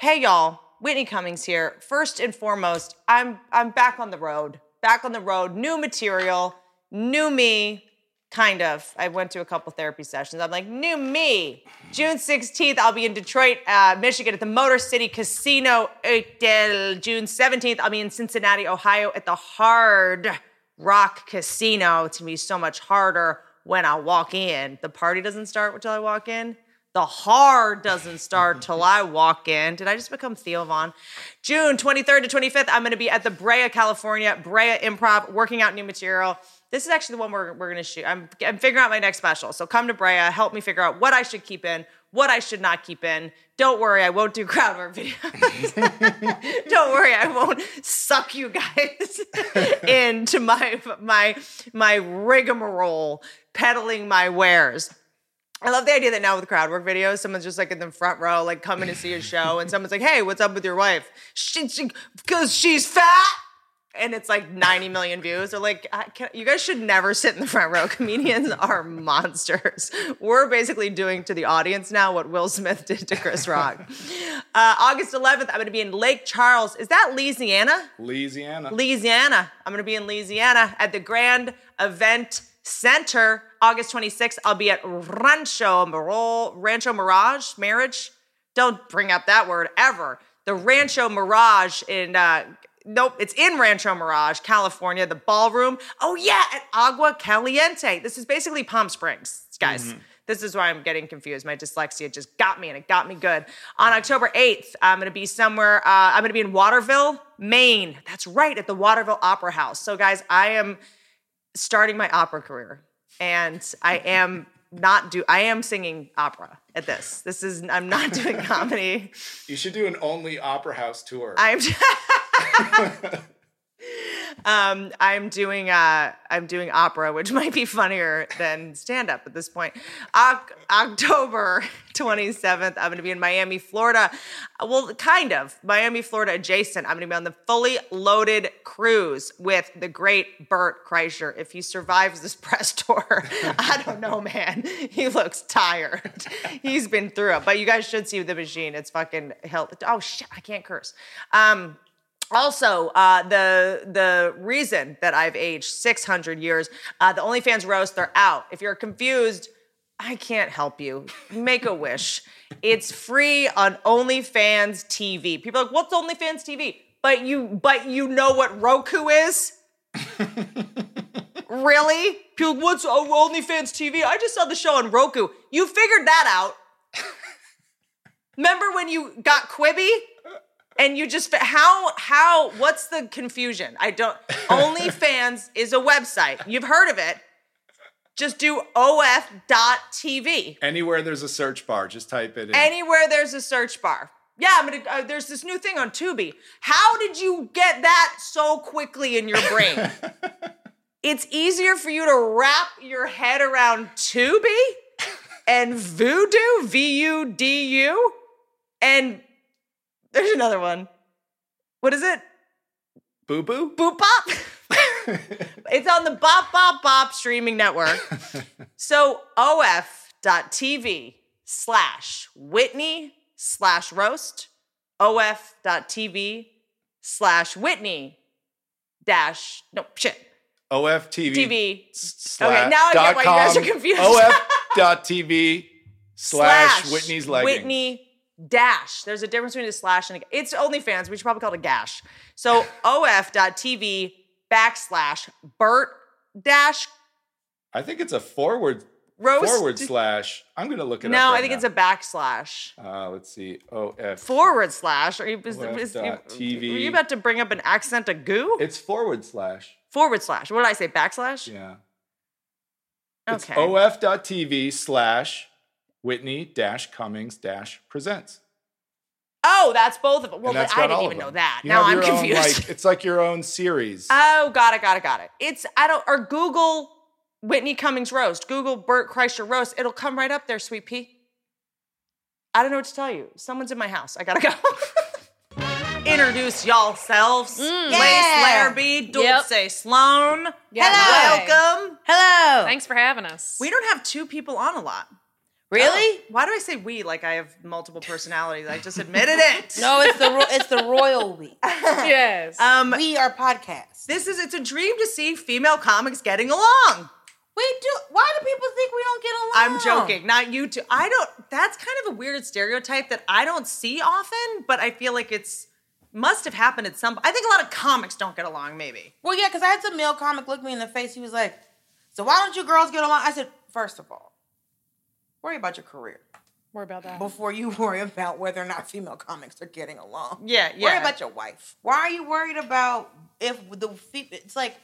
Hey y'all, Whitney Cummings here. First and foremost, I'm I'm back on the road. Back on the road, new material, new me, kind of. I went to a couple therapy sessions. I'm like, new me. June 16th, I'll be in Detroit, uh, Michigan at the Motor City Casino Hotel. June 17th, I'll be in Cincinnati, Ohio at the Hard Rock Casino. It's gonna be so much harder when I walk in. The party doesn't start until I walk in. The hard doesn't start till I walk in. Did I just become Theo Vaughn? June 23rd to 25th, I'm going to be at the Brea, California, Brea Improv, working out new material. This is actually the one we're, we're going to shoot. I'm, I'm figuring out my next special. So come to Brea, help me figure out what I should keep in, what I should not keep in. Don't worry, I won't do crowd work videos. Don't worry, I won't suck you guys into my my my rigmarole peddling my wares. I love the idea that now with crowd work videos, someone's just like in the front row, like coming to see a show, and someone's like, "Hey, what's up with your wife? She, she, because she's fat." And it's like 90 million views. They're like, I can, you guys should never sit in the front row. Comedians are monsters. We're basically doing to the audience now what Will Smith did to Chris Rock. Uh, August 11th, I'm going to be in Lake Charles. Is that Louisiana? Louisiana. Louisiana. I'm going to be in Louisiana at the Grand Event Center. August 26th, I'll be at Rancho Mirage, Rancho Mirage Marriage. Don't bring up that word ever. The Rancho Mirage in uh, nope, it's in Rancho Mirage, California. The ballroom. Oh yeah, at Agua Caliente. This is basically Palm Springs, guys. This is why I'm getting confused. My dyslexia just got me, and it got me good. On October 8th, I'm going to be somewhere. Uh, I'm going to be in Waterville, Maine. That's right, at the Waterville Opera House. So, guys, I am starting my opera career and i am not do i am singing opera at this this is i'm not doing comedy You should do an only opera house tour. i'm um i'm doing uh i'm doing opera which might be funnier than stand up at this point Oc- october 27th i'm going to be in miami florida well kind of miami florida adjacent i'm going to be on the fully loaded cruise with the great bert kreischer if he survives this press tour i don't know man he looks tired he's been through it but you guys should see the machine it's fucking hell oh shit i can't curse um also, uh, the the reason that I've aged 600 years, uh, the OnlyFans roast, they're out. If you're confused, I can't help you. Make a wish. It's free on OnlyFans TV. People are like, what's OnlyFans TV? But you, but you know what Roku is? really? People, what's oh, OnlyFans TV? I just saw the show on Roku. You figured that out. Remember when you got Quibi? and you just how how what's the confusion i don't onlyfans is a website you've heard of it just do of.tv Anywhere there's a search bar, just type it in. anywhere there's a search bar yeah i'm gonna uh, there's this new thing on tubi how did you get that so quickly in your brain it's easier for you to wrap your head around tubi and voodoo v-u-d-u and there's another one what is it boo boo. Boop Bop. it's on the Bop Bop Bop streaming network. so of.tv slash Whitney slash roast, of.tv slash Whitney dash, no, shit, OFTV. TV. Sla- Okay, now I get why you guys are confused. OF.TV slash Whitney's leggings. Whitney dash. There's a difference between a slash and a, it's OnlyFans. We should probably call it a gash. So of.tv backslash Bert dash I think it's a forward roast. forward slash. I'm gonna look it No, up. I think it's a backslash. a. Uh, let's see. OF. Forward slash. Are you, is, Left uh, is- dot you- TV. Were you about to bring up an accent of goo? It's forward slash. Forward slash. What did I say? Backslash? Yeah. It's Okay. OF.TV slash Whitney dash Cummings dash presents. oh, that's both of them. Well, And that's I got didn't all of even know them. that. You now have I'm your own, confused. like, it's like your own series. oh, got it, got it, got it. It's, I don't, or Google Whitney Cummings roast, Google Burt Kreischer roast. It'll come right up there, sweet pea. I don't know what to tell you. Someone's in my house. I gotta go. Introduce yourselves. Mm. Yeah. Lace Larrabee, Dulce Sloan. Yeah. Welcome. Hello. Thanks for having us. We don't have two people on a lot. Really? Why do I say we like I have multiple personalities? I just admitted it. No, it's the ro- it's the royal we. Yes. Um, We are podcast. this is it's a dream to see female comics getting along. We do. Why do people think we don't get along? I'm joking, not you two. I don't. That's kind of a weird stereotype that I don't see often, but I feel like it's must have happened at some. I think a lot of comics don't get along. Maybe Well, yeah, because I had some male comic look me in the face. He was like, "So why don't you girls get along?" I said, first of all, worry about your career Worry about that. before you worry about whether or not female comics are getting along. Yeah, Worry yeah. about your wife. Why are you worried about if the fe- it's like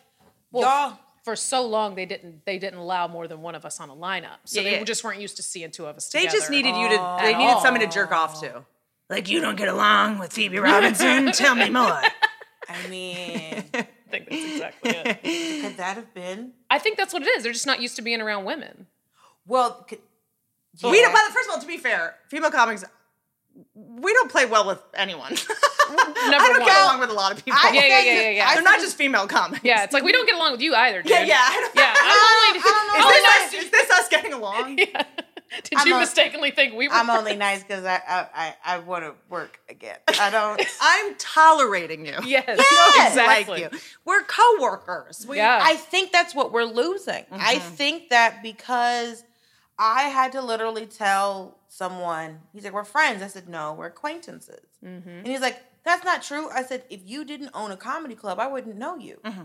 Well, y'all? For so long, they didn't they didn't allow more than one of us on a lineup, so Yeah, they yeah. just weren't used to seeing two of us. they just together. needed you to. They At needed all. somebody to jerk off to. Like you don't get along with Phoebe Robinson. Tell me more. I mean, I think that's exactly it. could that have been? I think that's what it is. They're just not used to being around women. Well, could, We yeah. don't. Well, first of all, to be fair, female comics, we don't play well with anyone. I don't get one. along with a lot of people. I Yeah, yeah, think yeah, yeah, yeah. I They're not just female comics. Yeah, it's like we don't get along with you either. Dude. yeah, yeah. I don't- yeah. I'm only, I Is don't only this, know. nice- us, is this us getting along? Did I'm you a- mistakenly think we were? I'm only nice because I I, I, I want to work again. I don't. I'm tolerating you. yes, Yes! exactly. Like you. We're coworkers. We, Yeah. I think that's what we're losing. I Mm-hmm. think that because I had to literally tell someone, he's like, we're friends. I said, no, we're acquaintances. Mm-hmm. And he's like, that's not true. I said, if you didn't own a comedy club, I wouldn't know you. Mm-hmm.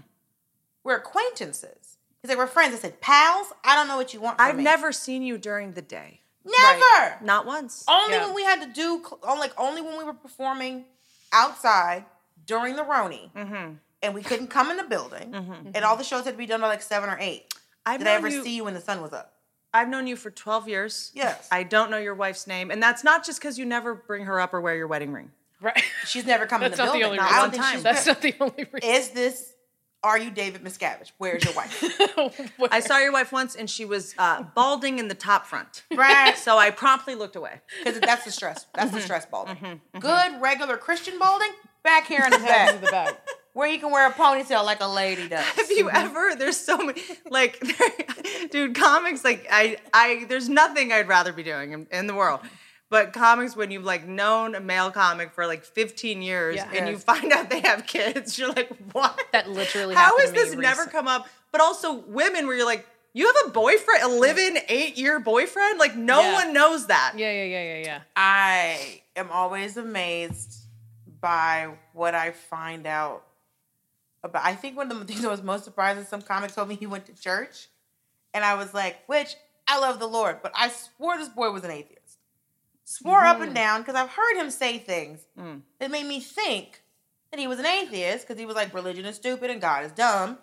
We're acquaintances. He's like, we're friends. I said, pals, I don't know what you want. From I've me." never seen you during the day. never. Not once. Only Yeah. when we had to do, cl- on- like, only when we were performing outside during the Roni, Mm-hmm. and we couldn't come in the building, and all the shows had to be done by like seven or eight. I've Did I known ever you, see you when the sun was up? I've known you for 12 years. Yes. I don't know your wife's name. And that's not just because you never bring her up or wear your wedding ring. Right. She's never come in the That's not the only building. I reason. don't think she's That's not the only reason. Is this? Are you David Miscavige? Where's your wife? Where- I saw your wife once and she was uh, balding in the top front. right? So I promptly looked away. Because that's the stress. That's Mm-hmm. the stress balding. Good regular Christian balding back here in the Back to back, the back. where you can wear a ponytail like a lady does. Have you ever? There's so many, like, dude, comics. Like, I, I, there's nothing I'd rather be doing in, in the world. But comics, when you've like known a male comic for like 15 years Yeah. and you Yes. find out they have kids, you're like, what? That literally How happened has to me this never recent- come up? But also women, where you're like, you have a boyfriend, a live-in eight-year boyfriend. Like, no Yeah. one knows that. Yeah, yeah, yeah, yeah, yeah. I am always amazed by what I find out about. I think one of the things that was most surprising, some comic told me he went to church, and I was like, "Which I love the Lord," but I swore this boy was an atheist. Swore up Mm. and down because I've heard him say things that made me think that he was an atheist because he was like, "Religion is stupid and God is dumb."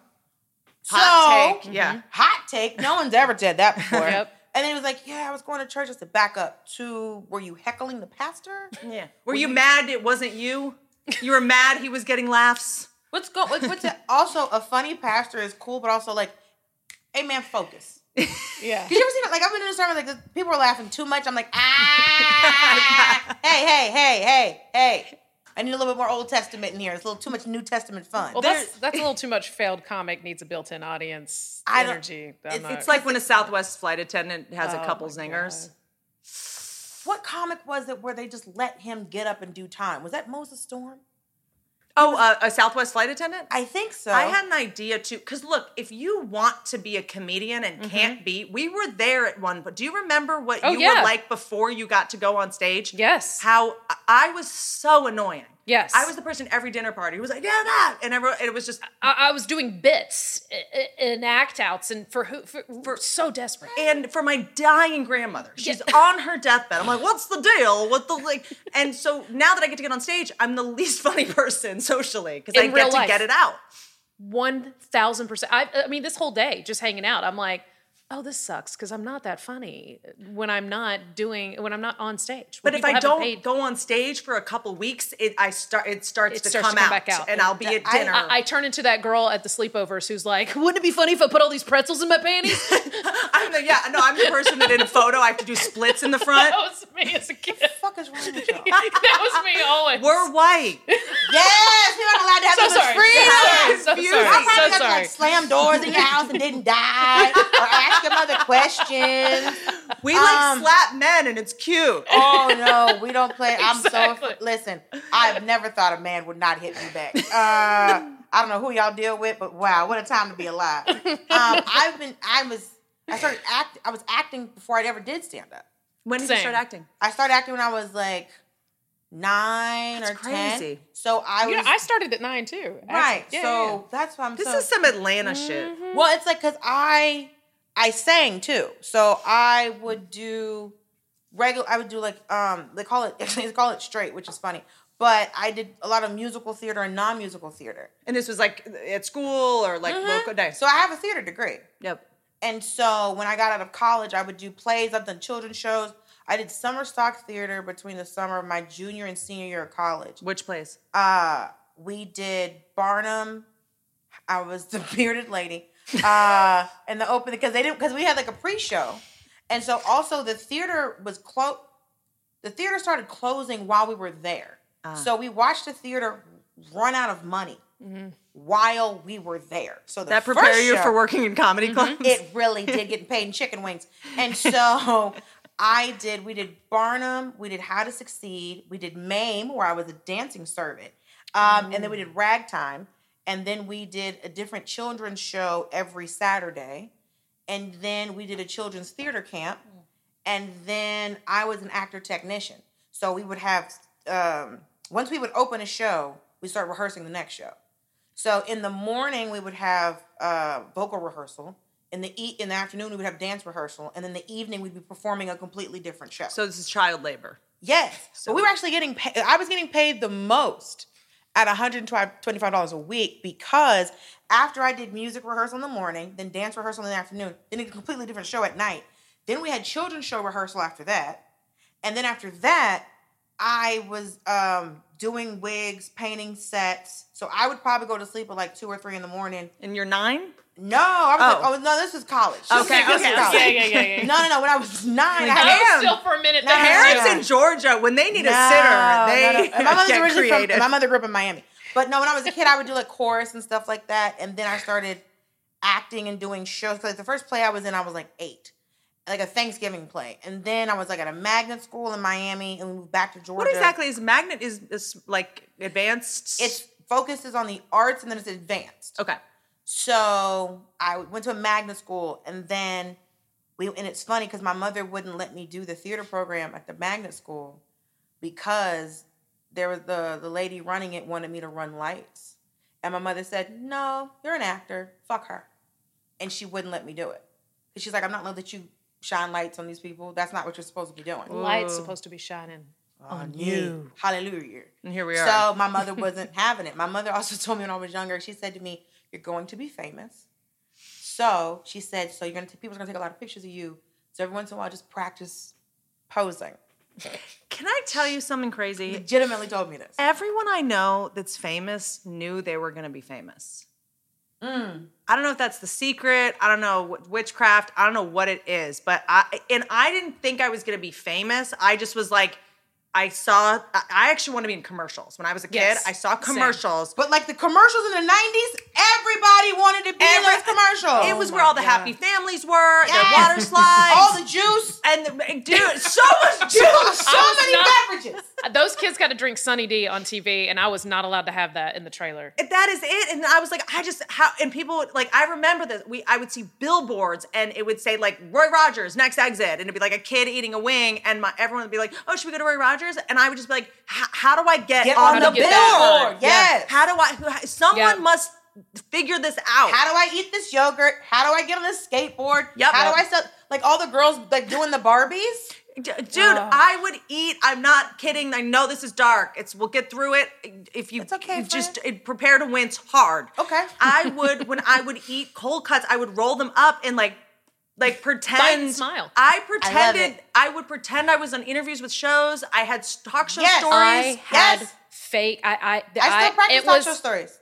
Hot So- take. Yeah. hot take. No one's ever said that before. Yep. And then he was like, "Yeah, I was going to church." I said, "Back up to were you heckling the pastor? Yeah. Were you mad it wasn't you? You were mad he was getting laughs. What's going? What's it? also a funny pastor is cool, but also like, hey man, focus." Yeah. Did you ever see that? Like I've been in a sermon like this, people are laughing too much. I'm like, ah, hey, hey, hey, hey, hey. I need a little bit more Old Testament in here. It's a little too much New Testament fun. Well, that's that's a little too much. Failed comic needs a built-in audience I don't- energy. I'm it's- not- It's like when a Southwest flight attendant has Oh a couple my zingers. God. what comic was it where they just let him get up and do time? Was that Moses Storm? Oh, uh, a Southwest flight attendant? I think so. I had an idea too. Because look, if you want to be a comedian and can't be, we were there at one. But do you remember what Mm-hmm. Oh, you yeah. were like before you got to go on stage? Yes. How I- I was so annoying. Yes. I was the person every dinner party who was like, yeah, that. And everyone, it was just, I, I was doing bits i- i- in act outs and for who for, for so desperate. and for my dying grandmother, she's on her deathbed. I'm like, what's the deal? What the like? And so now that I get to get on stage, I'm the least funny person socially because I In get real to life. get it out. One thousand percent. I I mean, this whole day just hanging out. I'm like, oh, this sucks because I'm not that funny when I'm not doing when I'm not on stage. When But if people I haven't don't paid- go on stage for a couple weeks, it I start it starts It to starts come to come out, back out. and I'll be at I- dinner. I, I turn into that girl at the sleepovers who's like, wouldn't it be funny if I put all these pretzels in my panties? I'm the yeah, no, I'm the person that in a photo I have to do splits in the front. That was me as a kid. fuck is wrong with y'all? that was me always. We're white. yes, you're not allowed to have so those sorry. free. Sorry, so Free. sorry. I probably So had to, sorry. like slam doors in your house and didn't die or ask them other questions. We like Um, slap men and it's cute. Oh no, we don't play. I'm Exactly. so listen. I've never thought a man would not hit me back. Uh, I don't know who y'all deal with, but wow, what a time to be alive. Um, I've been. I was. I started act. I was acting before I ever did stand up. When did Same. you start acting? I started acting when I was like nine That's or ten. crazy. So I was You know, Oh, I started at nine too. actually. right. Yeah, so yeah, yeah. that's why I'm. This so, is some Atlanta Mm-hmm. shit. Well, it's like because I I sang too, so I would do regular. I would do like um they call it actually they call it straight, which is funny. But I did a lot of musical theater and non musical theater, And this was like at school or like Mm-hmm. local. Nice. so I have a theater degree. yep. And so when I got out of college, I would do plays. I've done children's shows. I did summer stock theater between the summer of my junior and senior year of college. Which place? Uh, we did Barnum. I was the bearded lady. Uh, and the open because they didn't because we had like a pre-show, and so also the theater was close. The theater started closing while we were there, Ah. so we watched the theater run out of money while we were there. So the Mm-hmm. That prepare first you show- for working in Mm-hmm. comedy clubs? it really did get paid in chicken wings. And so I did, we did Barnum, we did How to Succeed, we did MAME, where I was a dancing servant. Um, and then we did Ragtime. And then we did a different children's show every Saturday. And then we did a children's theater camp. And then I was an actor technician. So we would have, um, once we would open a show, we start rehearsing the next show. So in the morning we would have uh, vocal rehearsal. In the e- in the afternoon we would have dance rehearsal, and then the evening we'd be performing a completely different show. so this is child labor. yes, but we were actually getting paid. I was getting paid the most at one hundred twenty-five dollars a week because after I did music rehearsal in the morning, then dance rehearsal in the afternoon, then a completely different show at night. Then we had children's show rehearsal after that, and then after that, I was um, doing wigs, painting sets. So I would probably go to sleep at like two or three in the morning. And you're nine? No, I was Oh. like, oh no, this is college. Okay, This is okay, Oh, college. yeah, yeah, yeah, yeah. No, no, no. When I was nine, I I had was still for a minute. No, there. Parents Yeah. in Georgia, when they need No, a sitter, they no, no. And My mother's get originally creative. from my mother grew up in Miami. But no, when I was a kid, I would do like chorus and stuff like that, and then I started acting and doing shows. Like the first play I was in, I was like eight, like a Thanksgiving play, and then I was like at a magnet school in Miami, and we moved back to Georgia. what exactly is magnet? Is, is like advanced? It focuses on the arts, and then it's advanced. okay. So I went to a magnet school, and then we. And it's funny because my mother wouldn't let me do the theater program at the magnet school because there was the the lady running it wanted me to run lights, and my mother said, "No, you're an actor. Fuck her," and she wouldn't let me do it. 'Cause she's like, "I'm not gonna let you shine lights on these people. That's not what you're supposed to be doing." Light's supposed to be shining. On you, hallelujah. And here we are. So my mother wasn't having it. My mother also told me when I was younger, she said to me, "You're going to be famous." So she said, "So you're going to people are going to take a lot of pictures of you. So every once in a while, just practice posing." Can I tell you something crazy? Legitimately told me this. Everyone I know that's famous knew they were going to be famous. Mm. I don't know if that's the secret. I don't know wh- witchcraft. I don't know what it is, but I and I didn't think I was going to be famous. I just was like, I saw. I- I actually wanted to be in commercials when I was a kid. Yes, I saw same. commercials. But like the commercials in the '90s, everybody wanted to be Every- in those commercials. it was Oh where my all the God. happy families were. Yes. The water slides. all the juice, and the, dude, so much juice. so was many not- beverages. Uh, Those kids got to drink Sunny D on TV, and I was not allowed to have that in the trailer. And that is it. And I was like, I just how and people would- like I remember this. We I would see billboards and it would say like Roy Rogers next exit, and it'd be like a kid eating a wing, and my everyone would be like, oh, should we go to Roy Rogers? And I would just be like, "H- how do I get, Get on on the the billboard. billboard? Yes. How do I? Who, someone Yeah. must figure this out. How do I eat this yogurt? How do I get on this skateboard? Yep. How do I Yep. sell? Like all the girls like doing the Barbies. D- dude, Ugh. I would eat. I'm not kidding. I know this is dark. It's we'll get through it. If you It's okay, you just friend. it, prepare to wince hard. Okay. I would when I would eat cold cuts, I would roll them up and like like pretend smile. I love pretended it. I, would pretend I was on interviews with shows. I had s- talk show Yes. stories. I had yes. fake. I I, I still practice it was, nacho stories.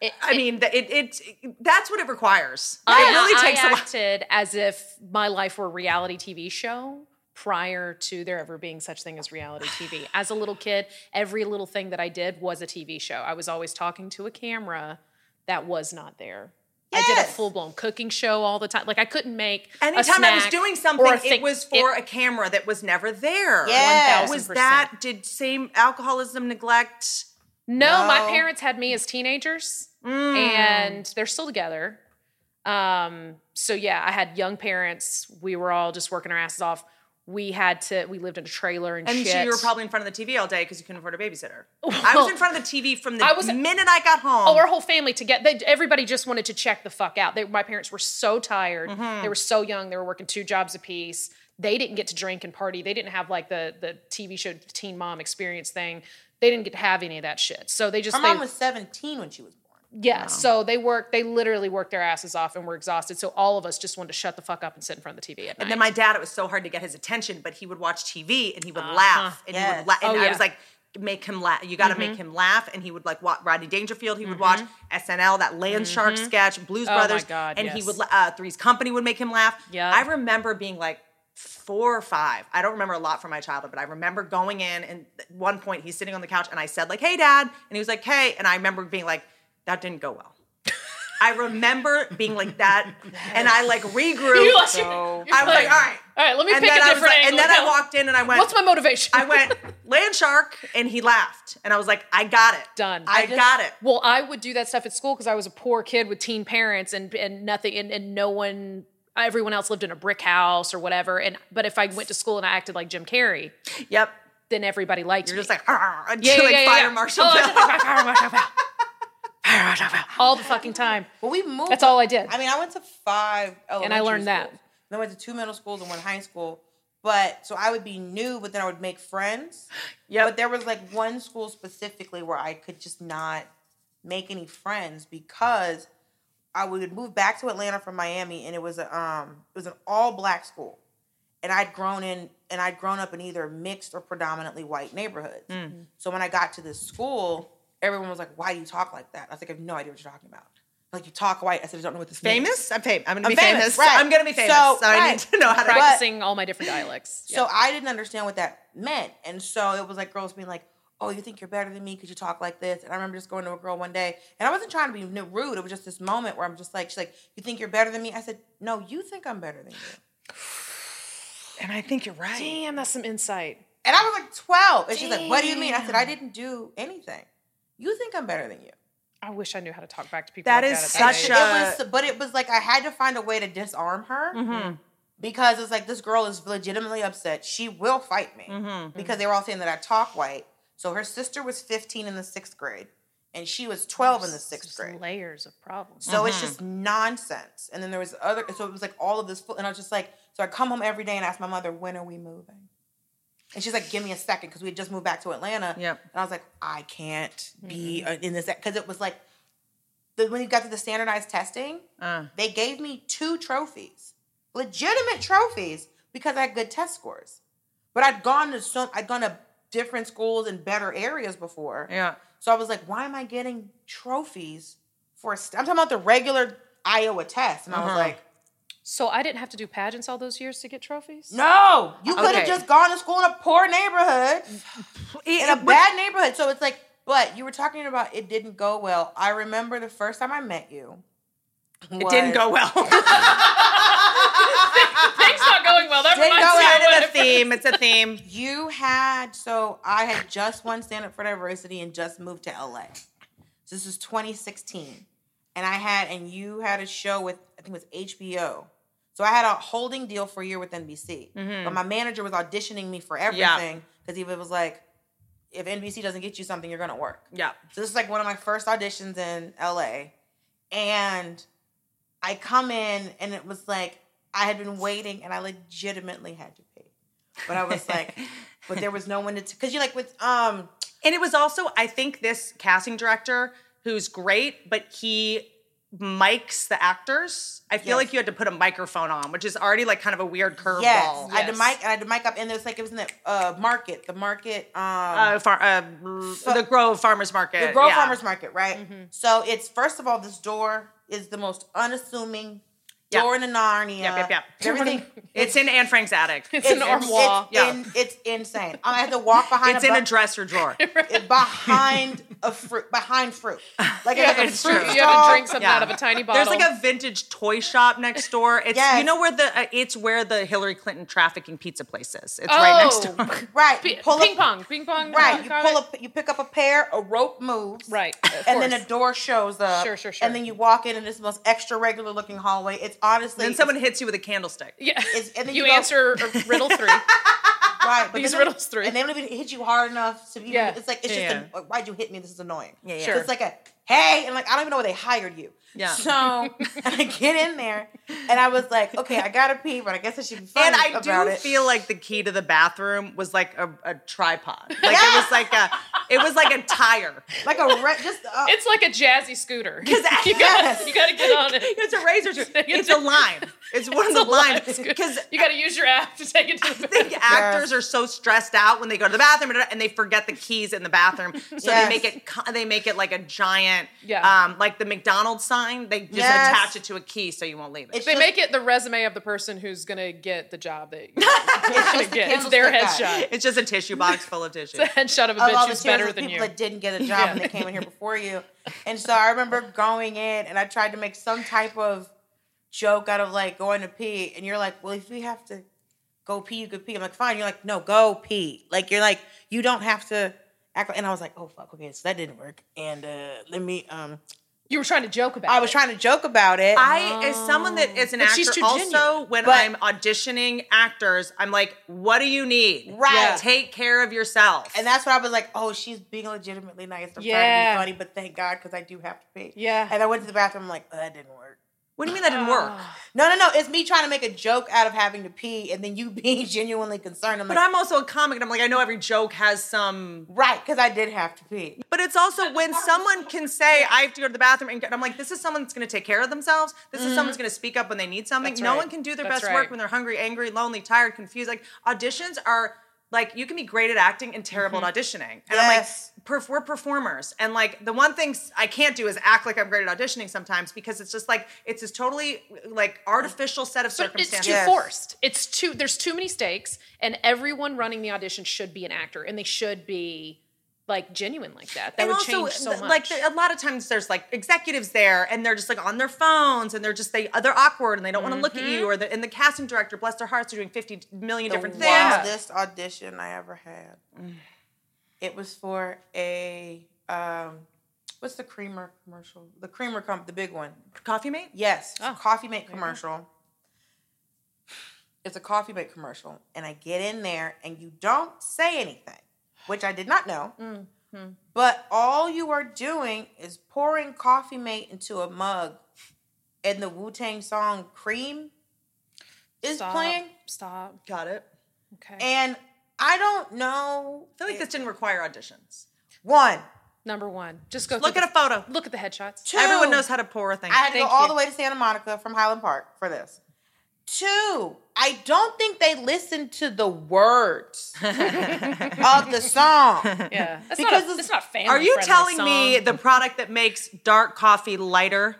it- I mean, th- it, it it that's what it requires. I, it really I takes a lot. acted as if my life were a reality TV show prior to there ever being such thing as reality TV. As a little kid, every little thing that I did was a TV show. I was always talking to a camera that was not there. I did a Yes. full blown cooking show all the time. Like I couldn't make a Anytime I was snack or doing a something, it thing- was for a camera that was never there. Yeah. It was that. Did same alcoholism, neglect? No, my No. parents had me as teenagers, Hmm. and they're still together. Um, so yeah, I had young parents. We were all just working our asses off. We had to. We lived in a trailer and, And shit. Oh, so you were probably in front of the TV all day because you couldn't afford a babysitter. I was in front of the TV from the I was- minute I got home. Oh, our whole family together. They, everybody just wanted to check the fuck out. They, my parents were so tired. Mm-hmm. They were so young. They were working two jobs apiece. They didn't get to drink and party. They didn't have like the the TV show Teen Mom Experience thing. They didn't get to have any of that shit. So they just Her mom they- was 17 when she was born. Yeah. So they work. They literally worked their asses off and were exhausted. So all of us just wanted to shut the fuck up and sit in front of the TV at night. And then my dad, it was so hard to get his attention, but he would watch TV and he would laugh and he Yes. would la- and Uh-huh. Oh, I yeah. Mm-hmm. was like, make him laugh. You got to make him laugh. And he would like watch Rodney Dangerfield. He would watch SNL, that Land Shark sketch, Blues Mm-hmm. Oh my Brothers, God, and he yes. would la- uh, Three's Company would make him laugh. Yeah. I remember being like four or five. I don't remember a lot from my childhood, but I remember going in and at one point he's sitting on the couch and I said like, "Hey, Dad," and he was like, "Hey," and I remember being like, "That didn't go well." I remember being like that, and I like regrew. You lost your- So you're I was like, like, all right. all right, let me and pick a then I was different like- angle. And then I Now, walked in and I went, What's my motivation? I went, land shark. And he laughed. And I was like, I got it. Done. I, I just- got it. Well, I would do that stuff at school because I was a poor kid with teen parents and and nothing and, and no one everyone else lived in a brick house or whatever. And but if I went to school and I acted like Jim Carrey, Yep. then everybody liked You're me. just like, "Arr," until like fire marshal. Oh, I Bill. did like fire marshal Bill. Fire marshal Bill. All the fucking time. But we moved. That's all I did. I mean, I went to five elementary learned that. schools. Then I went to two middle schools and one high school. But so I would be new, but then I would make friends. Yep. But there was like one school specifically where I could just not make any friends because I would move back to Atlanta from Miami, and it was a um it was an all black school, and I'd grown in and I'd grown up in either mixed or predominantly white neighborhoods. Mm. So when I got to this school, everyone was like, "Why do you talk like that?" I was like, "I have no idea what you're talking about." Like you talk white. I said, "I don't know what this means." famous? I'm famous. I'm going to be I'm famous, famous. right. I'm going to be So, famous. So, I need right. to know how to. Right. Practicing all my different dialects. So I didn't understand what that meant. And so it was like girls being like, oh, you think you're better than me because you talk like this. And I remember just going to a girl one day, and I wasn't trying to be n- rude. It was just this moment where I'm just like, she's like, you think you're better than me? I said, no, you think I'm better than you. And I think you're right. Damn, that's some insight. And I was like 12. And she's like, what do you mean? I said, I didn't do anything. You think I'm better than you. I wish I knew how to talk back to people. That like is that at that such age. a- it was, but it was like I had to find a way to disarm her because it's like this girl is legitimately upset. She will fight Mm-hmm. me because they were all saying that I talk white. So her sister was 15 in the sixth grade, and she was 12 in the sixth Just grade. Layers of problems. So it's just nonsense. And then there was other. So it was like all of this, and I was just like, so I come home every day and ask my mother, when are we moving? And she's like, give me a second because we had just moved back to Atlanta. Yep. And I was like, I can't be uh, in this because it was like the, when you got to the standardized testing, Uh, they gave me two trophies, legitimate trophies, because I had good test scores. But I'd gone to some, I'd gone to different schools in better areas before. yeah. So I was like, why am I getting trophies for? i I'm talking about the regular Iowa test, and I Uh-huh. was like, So I didn't have to do pageants all those years to get trophies. no, you could have Okay. just gone to school in a poor neighborhood, in a bad neighborhood. So it's like, but you were talking about it didn't go well. I remember the first time I met you. It didn't go well. it's Things not going well. That Didn't reminds go me well. of what kind I of a theme. It's a theme. You had so I had just won Stand Up for Diversity and just moved to LA. So this was 2016, and I had and you had a show with I think it was HBO. So I had a holding deal for a year with NBC, but my manager was auditioning me for everything because he was like, "If NBC doesn't get you something, you're gonna work." Yeah. So this is like one of my first auditions in LA. And I come in and it was like I had been waiting and I legitimately had to pay. But I was like, but there was no one to because you're like with um And it was also, I think, this casting director who's great, but he mics the actors. I feel Yes. like you had to put a microphone on, which is already like kind of a weird curveball. yes, I had to Yes. mic and I had to mic up and it was like it was in the uh market, the market um Uh, far, uh, the Grove Farmers Market. the Grove yeah. Mm-hmm. Farmers Market, right? So it's first of all, this door is the most unassuming Yeah. Door into Narnia. Yep, yep, yep. Everything. It's in Anne Frank's attic. It's an armoire. Yeah. in- it's insane. I'm gonna have to walk behind. It's a in a bu- dresser drawer. it- behind a fruit behind fruit. Like I have a it's fruit true. You have to stall. drink something Yeah. out of a tiny bottle. There's like a vintage toy shop next door. It's you Yes. know where the uh, it's where the Hillary Clinton trafficking pizza place is. It's right next Oh. door. Right. P- you pull ping a, pong, ping pong. Right. You got pull it? up you pick up a pair, a rope moves. Right. of And then course. a door shows up. Sure, sure, sure. And then you walk in and it's the most extra regular looking hallway. It's honestly Then someone hits you with a candlestick. Yeah. is- and then you you go- answer a riddle three. right, but these they don't- riddles through. And they don't even hit you hard enough to even Yeah. it's like it's Yeah, just a, why'd you hit me? This is annoying. Yeah, yeah. So It's like a hey, and like I don't even know where they hired you. Yeah. So and I get in there and I was like, okay, I gotta pee, but I guess I should be funny And I about do it. feel like the key to the bathroom was like a, a tripod. Like it was like a it was like a tire. like a re- just uh, It's like a jazzy scooter. You gotta, Yes. you gotta get on it. It's a razor. tooth. It's a line. It's one of the lines because you gotta use your app to take it to the I think actors are so stressed out when they go to the bathroom and they forget the keys in the bathroom, so Yes. they make it co- they make it like a giant, Yeah. um, like the McDonald's sign. They just Yes. attach it to a key so you won't leave it. It's They just- make it the resume of the person who's gonna get the job that you're gonna get. It's their candlestick guy. headshot. It's just a tissue box full of tissue. Headshot of a of all bitch the who's tears better of than people you. that didn't get a job Yeah. and they came in here before you. And so I remember going in and I tried to make some type of joke out of like going to pee, and you're like, "Well, if you have to go pee, you could pee." I'm like, "Fine." You're like, "No, go pee." Like you're like, "You don't have to." act like-" And I was like, "Oh fuck, okay, so that didn't work." And uh, let me. Um, You were trying to joke about. I was it. trying to joke about it. I, as someone that is an But actor, she's too also genuine. when But- I'm auditioning actors, I'm like, what do you need? Right. Yeah. Take care of yourself. and that's what I was like, "Oh, she's being legitimately nice. I'm Yeah. trying to be funny, but thank God because I do have to pee." Yeah. And I went to the bathroom. I'm like, "Oh, that didn't work." what do you mean that didn't work? No, no, no. It's me trying to make a joke out of having to pee and then you being genuinely concerned. I'm But like, I'm also a comic, and I'm like, I know every joke has some right, because I did have to pee. But it's also when someone can say, I have to go to the bathroom, and get- I'm like, this is someone that's going to take care of themselves. This is someone's going to speak up when they need something. Mm-hmm. No That's right. one can do their That's best right. work when they're hungry, angry, lonely, tired, confused. Like, auditions are like, you can be great at acting and terrible Mm-hmm. at auditioning. And Yes. I'm like, perf- we're performers. And like, the one thing s- I can't do is act like I'm great at auditioning sometimes because it's just like, it's this totally like artificial set of But circumstances. it's too Yes. forced. It's too. There's too many stakes, and everyone running the audition should be an actor, and they should be like genuine like that. That and would also, change so th- much. like there- a lot of times, there's like executives there, and they're just like on their phones, and they're just they they're awkward, and they don't want to look at you, or the, and the casting director, bless their hearts, are doing fifty million different the things. wildest audition I ever had. It was for a um, what's the creamer commercial? The creamer comp, the big one. Coffee mate. Yes, it's a Oh, coffee mate commercial. It's a coffee mate commercial, and I get in there, and you don't say anything, which I did not know. Mm-hmm. But all you are doing is pouring coffee mate into a mug, and the Wu Tang song "Cream" is stop, playing, Stop. Got it. Okay. and I don't know. I feel like this didn't require auditions. One, Number one, just go Look through at a photo. the, look at the headshots. two. Everyone knows how to pour a thing. I had to go Thank all you. the way to Santa Monica from Highland Park for this. Two, I don't think they listened to the words of the song. Yeah, that's not. A, Because it's- that's not family. Are you friendly telling me song. the product that makes dark coffee lighter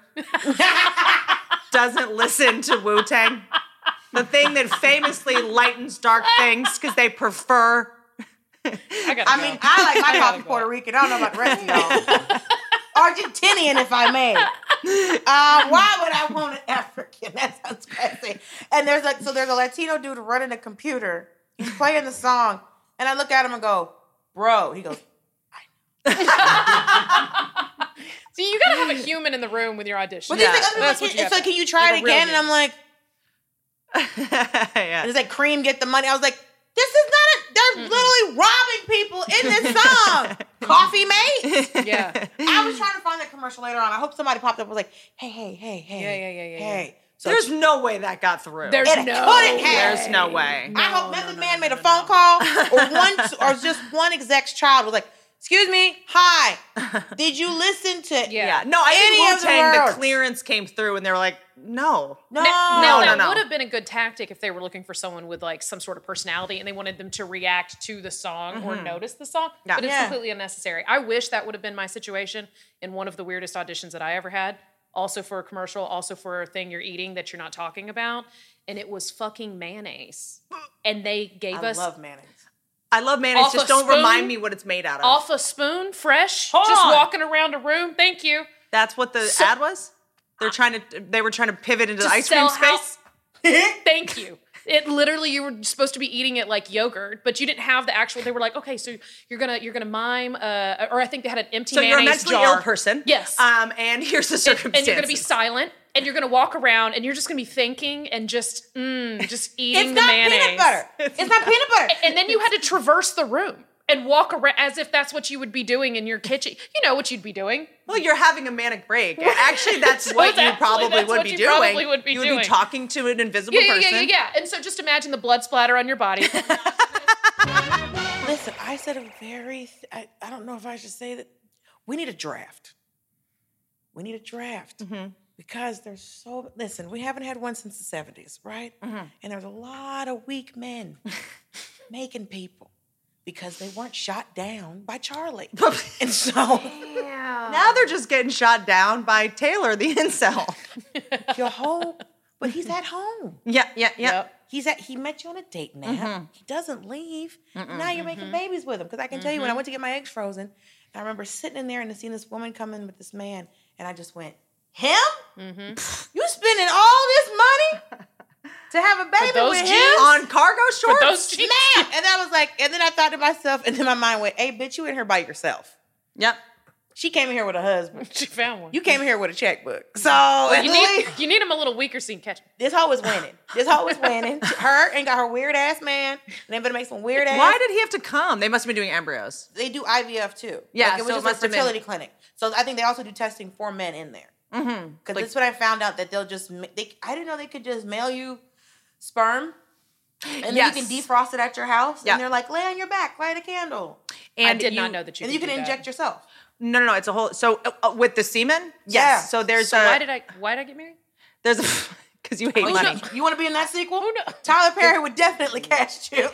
doesn't listen to Wu Tang? The thing that famously lightens dark things because they prefer I, gotta I go. mean, I like my coffee go. Puerto Rican. I don't know about the rest of y'all. Argentinian, if I may. Uh, why would I want an African? That sounds crazy. And there's like, so there's a Latino dude running a computer. He's playing the song, and I look at him and go, "Bro." He goes, See, you gotta have a human in the room with your audition. "But these Yeah, like other that's people, what you it's have like, to- can you try like it a real again?" And I'm dude. like. yeah. And it's like, cream, get the money. I was like, this is not a, they're literally robbing people in this song. Coffee mate. yeah, I was trying to find that commercial later on. I hope somebody popped up and was like, hey, hey, hey, hey. Yeah, yeah, yeah, yeah, yeah. Hey. So There's it no way that got through. there's couldn't no. have. There's no way. I hope Method Man made a phone call or one or just one exec's child was like, excuse me, hi. Did you listen to Yeah. Yeah. No, I Any think of the Wu Tang, the words. clearance came through and they were like, no. No. Now, now no, that no. would have been a good tactic if they were looking for someone with like some sort of personality and they wanted them to react to the song or notice the song. Mm-hmm. Yeah. But it's Yeah. completely unnecessary. I wish that would have been my situation in one of the weirdest auditions that I ever had. also for a commercial, also for a thing you're eating that you're not talking about. And it was fucking mayonnaise. And they gave I us love mayonnaise. I love mayonnaise. Off Just a don't spoon? remind me what it's made out of. off a spoon, fresh, Hold just on. walking around a room. Thank you. That's what the So- ad was. They're trying to. They were trying to pivot into the To ice cream sell how- space. Thank you. It literally you were supposed to be eating it like yogurt, but you didn't have the actual. They were like, okay, so you're gonna you're gonna mime, uh, or I think they had an empty So you're a mayonnaise mentally jar. ill person. Yes. Um, and here's the circumstances. and you're gonna be silent, and you're gonna walk around, and you're just gonna be thinking and just mm, just eating It's the not mayonnaise. peanut butter. It's not peanut butter. And then you had to traverse the room and walk around as if that's what you would be doing in your kitchen. You know what you'd be doing. Well, you're having a manic break. Actually, that's So what you that's- probably that's would what be you doing. probably would be you would doing. be talking to an invisible Yeah, yeah, person. yeah, yeah, yeah. And so just imagine the blood splatter on your body. Listen, I said a very, th- I, I don't know if I should say that. We need a draft. We need a draft because there's so, listen, we haven't had one since the 70s, right? And there's a lot of weak men making people because they weren't shot down by Charlie. and so Now they're just getting shot down by Taylor the incel. your whole, but he's at home. Yeah, yeah, yeah. Yep. He's at, he met you on a date nap. Mm-hmm. He doesn't leave. Now you're making babies with him. Because I can tell you, when I Mm-hmm. went to get my eggs frozen, I remember sitting in there and seeing this woman come in with this man, and I just went, Him? Mm-hmm. You spending all this money to have a baby those with jeans? him? On cargo shorts. those jeans? Man! And I was like, and then I thought to myself, and then my mind went, Hey, bitch, you in here by yourself. Yep. She came in here with a husband. she found one. You came in here with a checkbook. So at You least need, you need him a little weaker so you can catch him. this hoe is winning. This hoe is winning. Her and got her weird ass man. And they better make some weird ass. Why did he have to come? They must have been doing embryos. they do IVF too. Yeah, like it was so it just must have a been- fertility clinic. So I think they also do testing for men in there. Because mm-hmm. that's what I found out that they'll just ma- they I didn't know they could just mail you sperm. And Yes. then you can defrost it at your house, Yeah. and they're like, "Lay on your back, light a candle, And I did you- not know that you and could you can do that. inject yourself." No, no, no. It's a whole. So uh, uh, with the semen, yes. Yeah. So there's So a. why did I why did I get married? There's a. Because you hate Oh, money. no. You want to be in that sequel? Oh, no. Tyler Perry would definitely cast you.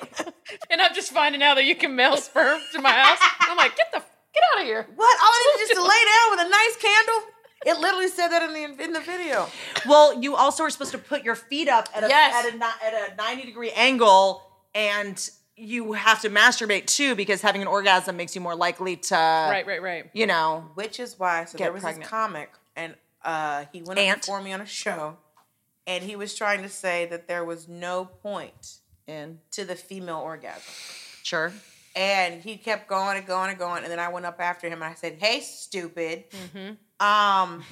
And I'm just finding out that you can mail sperm to my house. I'm like, get the f- get out of here. what? All I need is just to lay down with a nice candle. It literally said that in the in the video. Well, you also are supposed to put your feet up at a Yes. at a ni- at a ninety degree angle, and you have to masturbate too because having an orgasm makes you more likely to, Right, right, right. you know, Which is why, so Get there was pregnant. this comic, and uh, he went up Ant. before me on a show, and he was trying to say that there was no point in to the female orgasm. sure. And he kept going and going and going, and then I went up after him and I said, "Hey, stupid! Mm-hmm. Um,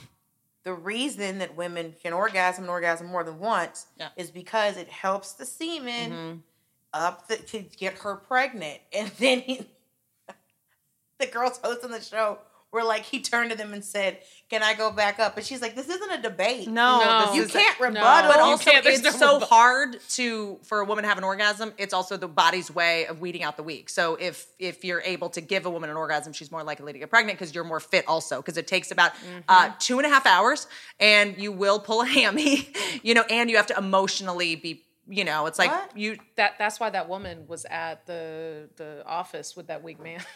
the reason that women can orgasm and orgasm more than once Yeah. Mm-hmm. is because it helps the semen up the, to get her pregnant." And then he, the girls hosting the show were like, he turned to them and said, "Can I go back up?" And she's like, "This isn't a debate. No, No. this you is- can't rebut. no. But You also, can't, there's it's no so rebu- hard to for a woman to have an orgasm. It's also the body's way of weeding out the weak. So if if you're able to give a woman an orgasm, she's more likely to get pregnant because you're more fit. Also, because it takes about uh, two and a half hours, and you will pull a hammy, you know, and you have to emotionally be, you know, it's like What? you. That that's why that woman was at the the office with that weak man.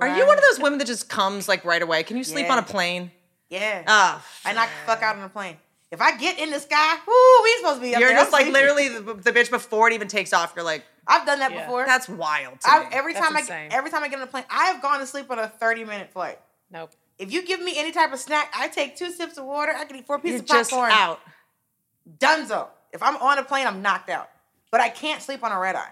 Are you one of those women that just comes like right away? Can you sleep Yeah. on a plane? Yeah, Ah, and I could fuck out on a plane. If I get in the sky, whoo, we supposed to be up you're there. just I'm like sleeping. literally the, the bitch before it even takes off. You're like, I've done that Yeah. before. that's wild. To I, me. every That's time I insane. get, every time I get on a plane, I have gone to sleep on a thirty minute flight. Nope. If you give me any type of snack, I take two sips of water. I can eat four pieces You're of just popcorn. out. Dunzo. If I'm on a plane, I'm knocked out. But I can't sleep on a red eye.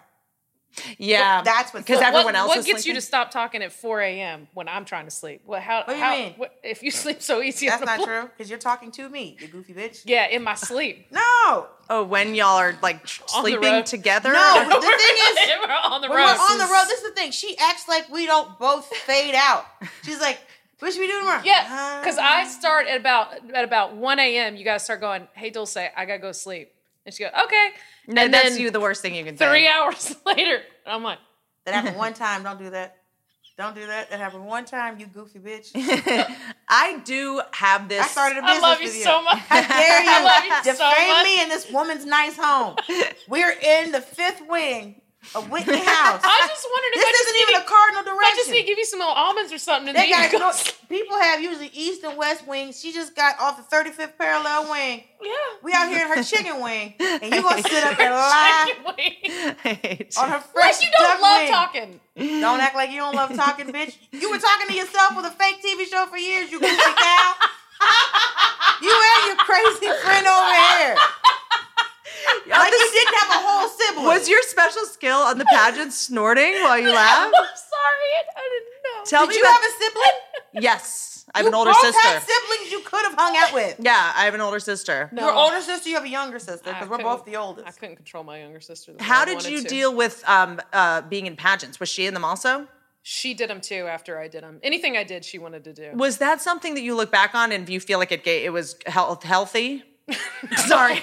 Yeah, That's what's because up. everyone what, else. what is gets you sleeping. to stop talking at 4 a.m. when I'm trying to sleep? What how What do you how mean? What, if you sleep so easy? That's on a not pl- true because you're talking to me, you goofy bitch. Yeah, in my sleep. No, Oh, when y'all are like tr- On the sleeping road. together? No. The thing is, we're on the when road. we're on the road, this is the thing. She acts like we don't both fade out. She's like, "What should we do tomorrow?" Ah. Yeah, because Uh, I start at about at about one a.m. You guys start going, "Hey, Dulce, I gotta go sleep," and she goes, "Okay." No, and that's then you the worst thing you can say. three hours later, and I'm like, That happened one time. Don't do that. Don't do that. That happened one time. You goofy bitch. I do have this. I started a "I business love you with so much." How dare you I love you so defame much. me in this woman's nice home? We're in the fifth wing of Whitney House. I just wondered if this I just isn't even needed, a cardinal if I direction. just just need to give you some little almonds or something. And They then got you go- no- people have usually east and west wings. She just got off the 35th parallel wing. yeah. We out here in her chicken wing, and you gonna sit up and lie Anyway. I hate on you. her fresh Unless you don't duck love wing. talking. Don't act like you don't love talking, bitch. You were talking to yourself with a fake TV show for years, you goofy cow. You and your crazy friend over here. Oh, Like you this- didn't have a whole sibling. was your special skill on the pageant snorting while you laugh? I'm sorry. I- I didn't know. Tell Did me you about have a sibling? yes. I have You an older both sister. had siblings you could have hung out with. yeah, I have an older sister. No. Your older sister, you have a younger sister I because we're couldn't- both the oldest. I couldn't control my younger sister. the way I How did wanted you to. deal with um, uh, being in pageants? Was she in them also? She did them too after I did them. Anything I did, she wanted to do. Was that something that you look back on and you feel like it ga- it was health healthy? Sorry.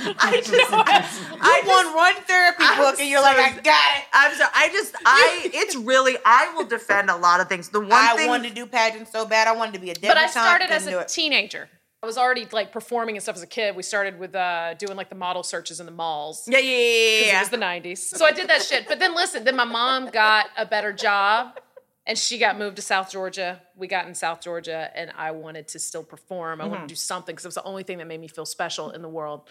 I just, I I just, won one therapy I'm book and you're like, so- I got it. I'm sorry. I just, I, it's really, I will defend a lot of things. The one I thing, wanted to do pageants so bad. I wanted to be a debutante. But I started Couldn't as do a it. teenager. I was already like performing and stuff as a kid. We started with uh, doing like the model searches in the malls. yeah, yeah, yeah, yeah, 'cause yeah. It was the 90s. So I did that shit. But then listen, then my mom got a better job and she got moved to South Georgia. We got in South Georgia and I wanted to still perform. I Mm-hmm. wanted to do something because it was the only thing that made me feel special in the world.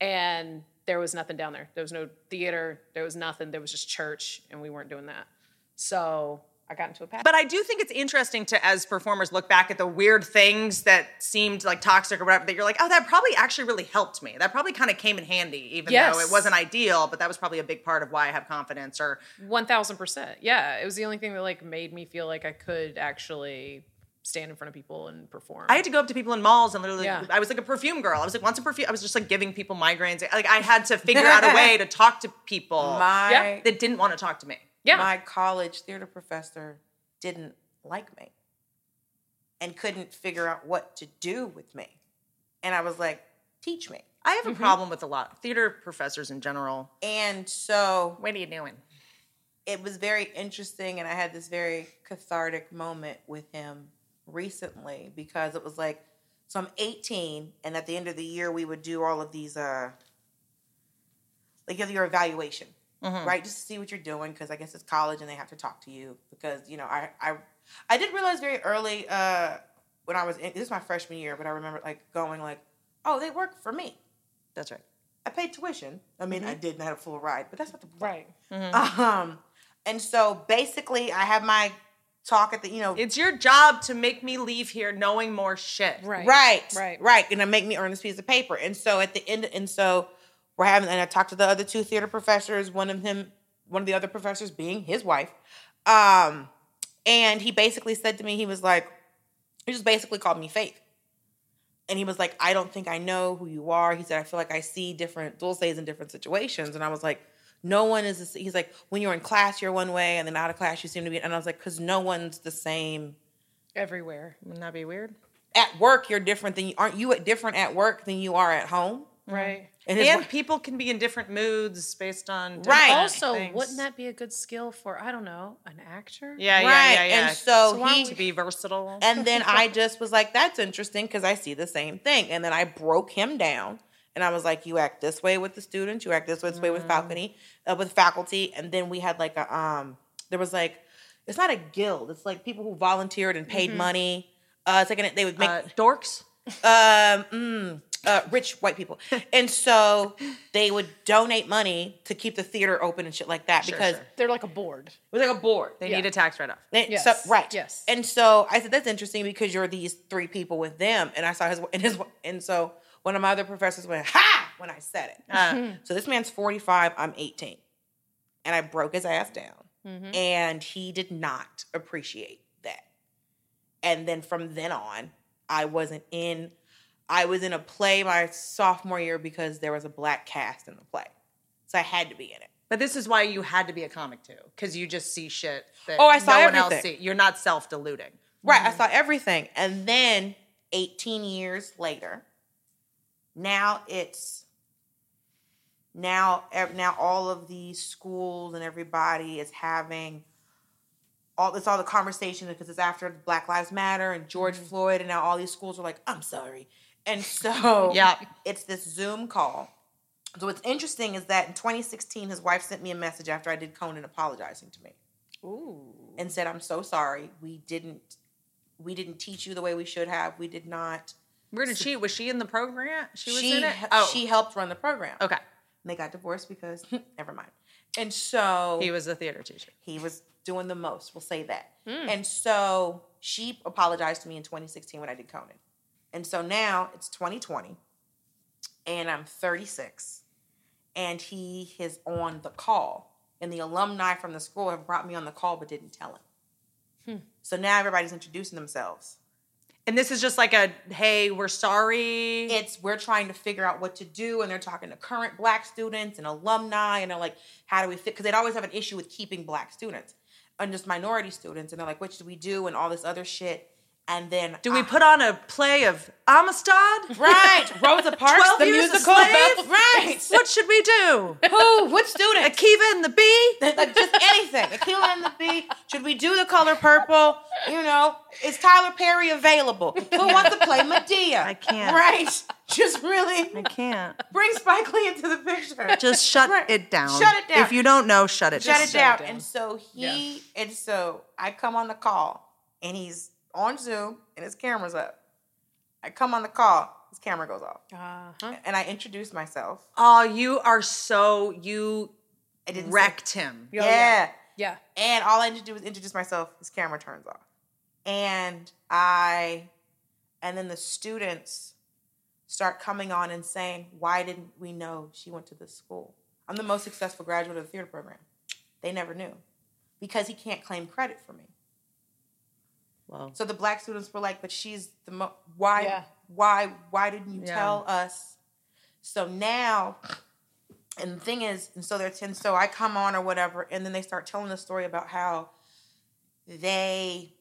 And there was nothing down there. There was no theater. There was nothing. There was just church and we weren't doing that. So I got into a path. But I do think it's interesting to, as performers, look back at the weird things that seemed like toxic or whatever. That you're like, oh, that probably actually really helped me. That probably kind of came in handy, even though Yes. it wasn't ideal. But that was probably a big part of why I have confidence. Or One thousand percent. Yeah, it was the only thing that like made me feel like I could actually stand in front of people and perform. I had to go up to people in malls and literally, Yeah. I was like a perfume girl. I was like, once a perfume, I was just like giving people migraines. Like I had to figure out a way to talk to people My Yeah. that didn't want to talk to me. yeah, my college theater professor didn't like me and couldn't figure out what to do with me. And I was like, teach me. I have a problem with a lot of theater professors in general. And so What are you doing? it was very interesting. And I had this very cathartic moment with him recently because it was like, so I'm 18, and at the end of the year, we would do all of these, uh, like, your evaluation. Hmm. Mm-hmm. right? Just to see what you're doing because I guess it's college and they have to talk to you because you know I I I did realize very early uh, when I was in, this is my freshman year, but I remember like going like, oh, they work for me. That's right. I I paid tuition. I mean, I didn't have a full ride, but that's not the point. right. Um, and so basically, I have my talk at the you know It's your job to make me leave here knowing more shit. Right. Right. Right. Right. And it make me earn this piece of paper. And so at the end, and so we're having, and I talked to the other two theater professors, one of him, one of the other professors being his wife. Um, and he basically said to me, he was like, he just basically called me Faith. And he was like, I don't think I know who you are. He said, I feel like I see different dulces in different situations. And I was like, no one is, the s- he's like, when you're in class, you're one way, and then out of class, you seem to be, and I was like, because no one's the same Everywhere. Wouldn't that be weird? Mm-hmm. at work you're different than you aren't you at different at work than you are at home Right. and, his And wi- people can be in different moods based on different Right. Also, things. wouldn't that be a good skill for I don't know an actor? Yeah, Right, yeah, yeah, yeah. and so why he- don't we- to be versatile. and then i just was like that's interesting because i see the same thing and then i broke him down and i was like you act this way with the students you act this way, this way with faculty uh, with faculty and then we had like a um there was like it's not a guild it's like people who volunteered and paid money uh it's like an, they would make uh, dorks. um, mm, uh, rich white people. And so they would donate money to keep the theater open and shit like that because sure. They're like a board. it was like a board. They Yeah. need a tax write-off. And Yes. so- right. Yes. And so I said, that's interesting because you're these three people with them. And I saw his, and his, and so one of my other professors went, ha, when I said it. Uh-huh. Uh, So this man's 45, I'm 18. And I broke his ass down. Mm-hmm. And he did not appreciate that. And then from then on, I wasn't in I was in a play my sophomore year because there was a black cast in the play. So I had to be in it. but this is why you had to be a comic too, because you just see shit that Oh, I saw no one else everything. see. You're not self-deluding. Right. I saw everything. And then 18 years later, now it's now ev- now all of these schools and everybody is having all it's all the conversation because it's after Black Lives Matter and George Floyd and now all these schools are like, I'm sorry. And so Yeah. it's this Zoom call. So what's interesting is that in 2016, his wife sent me a message after I did Conan apologizing to me. Ooh. and said, "I'm so sorry. We didn't we didn't teach you the way we should have. We did not." Where did she? Was she in the program? She was in it. he- Oh, she helped run the program. okay. And they got divorced because never mind. And so He was a theater teacher. he was doing the most. We'll say that. And so she apologized to me in 2016 when I did Conan. And so now it's 2020, and I'm 36, and he is on the call. And the alumni from the school have brought me on the call but didn't tell him. So now everybody's introducing themselves. And this is just like a hey, we're sorry. it's we're trying to figure out what to do and they're talking to current black students and alumni and they're like how do we fit because they'd always have an issue with keeping black students and just minority students and they're like what should we do and all this other shit and then Do we I- put on a play of Amistad? right rosa parks 12 the Years a musical Slave? right What should we do? who what student Akiva and the Bee? like just anything Akilah and the bee should we do the color purple you know is tyler perry available who wants to play medea I can't. right just really I can't. bring spike lee into the picture Just shut Right. it down. Shut it down. If you don't know, shut it shut down. it shut it down. down. And so he and so I come on the call and he's on Zoom and his camera's up. I come on the call, his camera goes off. Uh-huh. And I introduce myself. Oh, you are so you I didn't say- wrecked him. Oh, yeah. yeah. Yeah. And all I need to do is introduce myself, his camera turns off. And I and then the students start coming on and saying, Why didn't we know she went to this school? I'm the most successful graduate of the theater program. They never knew. Because he can't claim credit for me. Well, So the black students were like, "But she's the mo- why Yeah. why why didn't you Yeah. tell us?" So now, and the thing is, and so they're ten. So I come on or whatever, and then they start telling the story about how they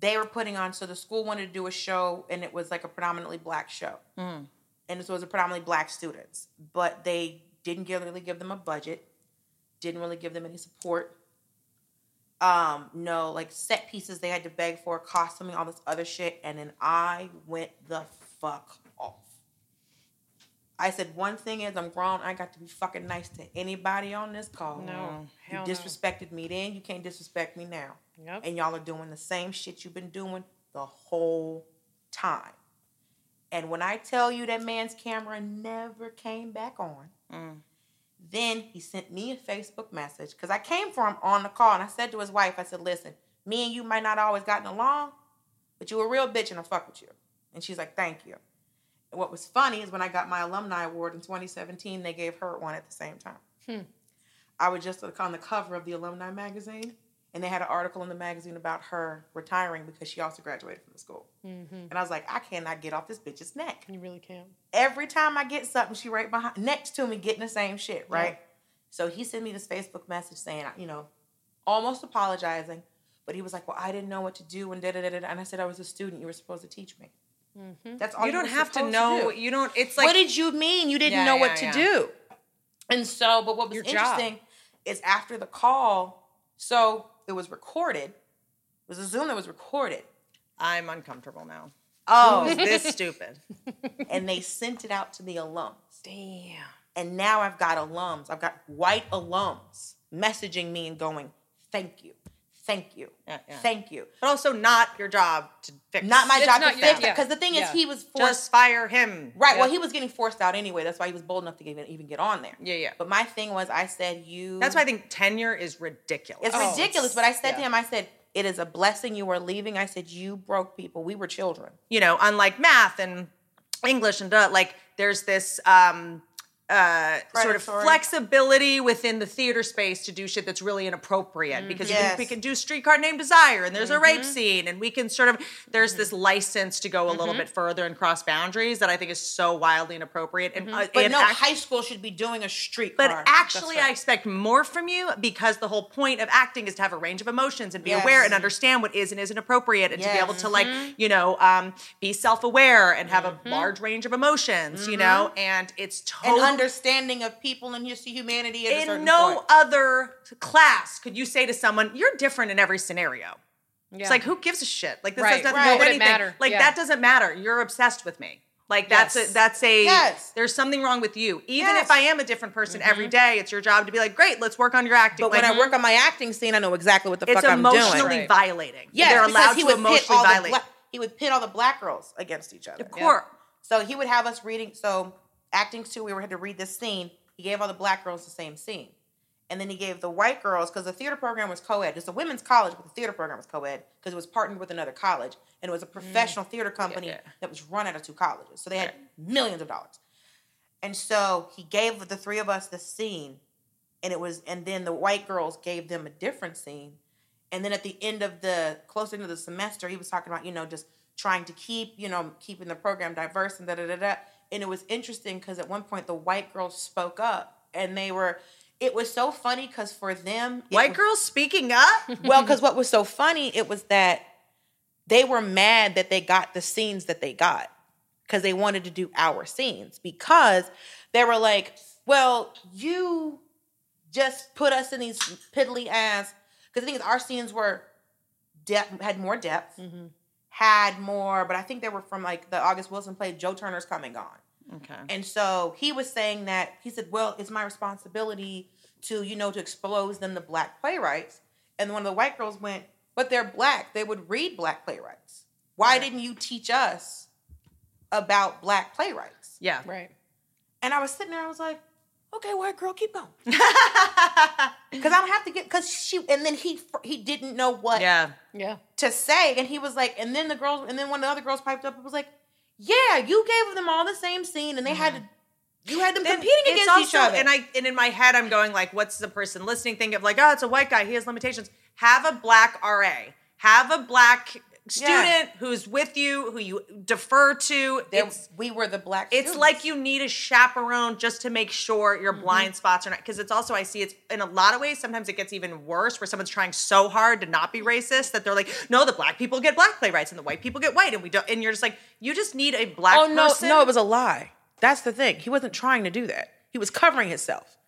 they were putting on. So the school wanted to do a show, and it was like a predominantly black show, Mm. and so it was predominantly black students, but they didn't give, really give them a budget, didn't really give them any support um no like set pieces they had to beg for costuming all this other shit and then i went the fuck off i said one thing is i'm grown i got to be fucking nice to anybody on this call No. Oh, you Hell disrespected me then you can't disrespect me now no. Yep. and y'all are doing the same shit you've been doing the whole time and when i tell you that man's camera never came back on mm. then he sent me a Facebook message because I came for him on the call and I said to his wife, I said, listen, me and you might not always gotten along, but you a real bitch and I fuck with you. And she's like, thank you. And what was funny is when I got my alumni award in 2017, they gave her one at the same time. I was just on the cover of the alumni magazine and they had an article in the magazine about her retiring because she also graduated from the school. And I was like, I cannot get off this bitch's neck Mm-hmm. You really can. every time I get something, she right behind next to me getting the same shit, right? Yeah. So he sent me this Facebook message saying, you know, almost apologizing, but he was like, "Well, I didn't know what to do," and da da da da. da. And I said, "I was a student. You were supposed to teach me." That's Mm-hmm. you all. You, don't were have to supposed know. do. you don't. It's like what did you mean? You didn't Yeah, know what to yeah, yeah. do. And so, but what was Your job. interesting is after the call, so it was recorded. It was a Zoom that was recorded. I'm uncomfortable now. Oh, Is this stupid? and they sent it out to the alums. Damn. And now I've got alums, I've got white alums messaging me and going, thank you, thank you, Yeah, yeah. thank you. But also not your job to fix. Not my It's job not to your fix it. job. Because the thing Yeah. is, he was forced. Just fire him. right. Well, Yeah. he was getting forced out anyway. That's why he was bold enough to even, even get on there. Yeah, yeah. But my thing was, I said, you. That's why I think tenure is ridiculous. It's Oh, ridiculous. it's- But I said to yeah. him, I said, it is a blessing you are leaving. I said, you broke people. We were children. you know, unlike math and English and da, like there's this um, uh, sort of Predatory. flexibility within the theater space to do shit that's really inappropriate because we can- Yes. we can do Streetcar Named Desire and there's a Mm-hmm. rape scene and we can sort of there's this license to go a Mm-hmm. little bit further and cross boundaries that I think is so wildly inappropriate and, uh, Mm-hmm. But and no, act- high school should be doing a street but car. actually, I expect more from you because the whole point of acting is to have a range of emotions and be Yes. aware and understand what is and isn't appropriate and to be Yes. Mm-hmm. able to, like, you know, um, be self aware and have a large range of emotions, you know? Mm-hmm. And it's an totally. understanding of people and just humanity at a in certain no point. other class could you say to someone, you're different in every scenario. Yeah. It's like, who gives a shit? Like, this Right. has nothing Right. to do with Wouldn't anything. matter. Like, Yeah. that doesn't matter. You're obsessed with me. Like that's Yes. a that's a Yes. there's something wrong with you. Even Yes. Mm-hmm. if I am a different person every day, it's your job to be like, great, let's work on your acting. But when Like, I work on my acting scene, I know exactly what the it's fuck I'm doing. emotionally Right. violating. Yes, they're because allowed he to would pit emotionally all the violate. bla- he would pit all the black girls against each other. of course. So he would have us reading. So acting two, we were had to read this scene. He gave all the black girls the same scene, and then he gave the white girls because the theater program was co-ed. It's a women's college, but the theater program was co-ed because it was partnered with another college, and it was a professional theater company yeah. that was run out of two colleges. So they had millions of dollars, and so he gave the three of us the scene, and it was, and then the white girls gave them a different scene, and then at the end of the close end of the semester, he was talking about, you know, just trying to keep, you know, keeping the program diverse and da da da da. And it was interesting because at one point the white girls spoke up and they were, it was so funny because for them, it White was- girls speaking up. well, because what was so funny, it was that they were mad that they got the scenes that they got because they wanted to do our scenes because they were like, well, you just put us in these piddly ass. Because the thing is, our scenes were depth had more depth, had more, but I think they were from like the August Wilson play, Joe Turner's Coming On. okay. And so he was saying that he said, "Well, it's my responsibility to you know to expose them to black playwrights." And one of the white girls went, "But they're black. They would read black playwrights. Why didn't you teach us about black playwrights?" Yeah. Right. And I was sitting there, I was like, "Okay, white girl, keep going." Because I don't have to get because she. And then he fr- he didn't know what Yeah. Yeah. to say. And he was like, and then the girls, and then one of the other girls piped up and was like, yeah, you gave them all the same scene and they had to, you had them Then competing it's against each also- other. And I and in my head I'm going like, what's the person listening think of like, oh, it's a white guy, he has limitations. Have a black RA. Have a black student who's with you, who you defer to. There- it's we were the black it's students. like you need a chaperone just to make sure your Mm-hmm. blind spots are not because it's also I see it's in a lot of ways sometimes it gets even worse where someone's trying so hard to not be racist that they're like no the black people get black playwrights and the white people get white and we don't and you're just like you just need a black Oh, no, person no, it was a lie. That's the thing. He wasn't trying to do that, he was covering himself.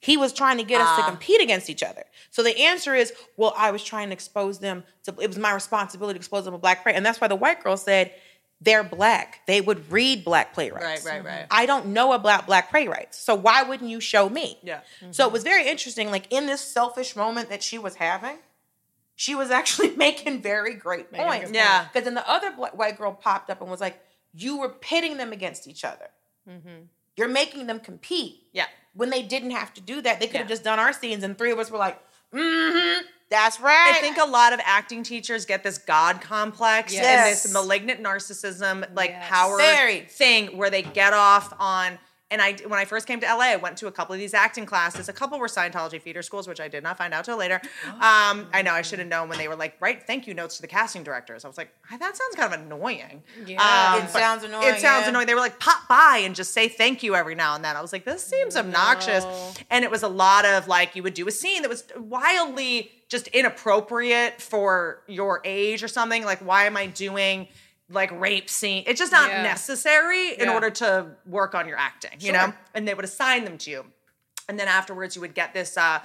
He was trying to get us Ah. to compete against each other. So the answer is, well, I was trying to expose them to, it was my responsibility to expose them to black prayer. And that's why the white girl said, they're black. They would read black playwrights. right I don't know about black playwrights. So why wouldn't you show me? yeah So it was very interesting. Like in this selfish moment that she was having, she was actually making very great Making points. good Yeah. points. Because then the other black, white girl popped up and was like, You were pitting them against each other. You're making them compete. Mm-hmm. yeah When they didn't have to do that, they could have Yeah. just done our scenes, and three of us were like, Mm hmm, that's right. I think a lot of acting teachers get this God complex and Yes. this malignant narcissism, like Yes. power Very. thing where they get off on. And I, when I first came to LA, I went to a couple of these acting classes. A couple were Scientology feeder schools, which I did not find out till later. Oh. Um, I know I should have known when they were like, write thank you notes to the casting directors. I was like, "Ah, that sounds kind of annoying. Um, Yeah. It sounds annoying, eh? It sounds yeah. annoying. They were like, pop by and just say thank you every now and then. I was like, this seems obnoxious. No. And it was a lot of like you would do a scene that was wildly just inappropriate for your age or something. Like, why am I doing like rape scene? It's just not Yeah. necessary in Yeah. order to work on your acting, you Sure. know? And they would assign them to you. And then afterwards you would get this uh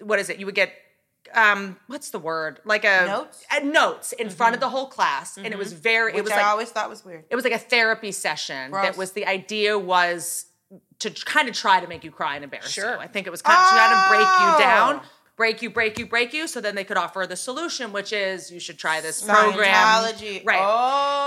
what is it? You would get um what's the word? Like a Notes? uh, notes in front of the whole class. And it was very Which it was I like always thought was weird. it was like a therapy session Gross. that was the idea was to kind of try to make you cry and embarrass Sure. you. I think it was kind of trying to break you down, Oh. break you, break you, break you, so then they could offer the solution, which is you should try this program. Scientology. Right.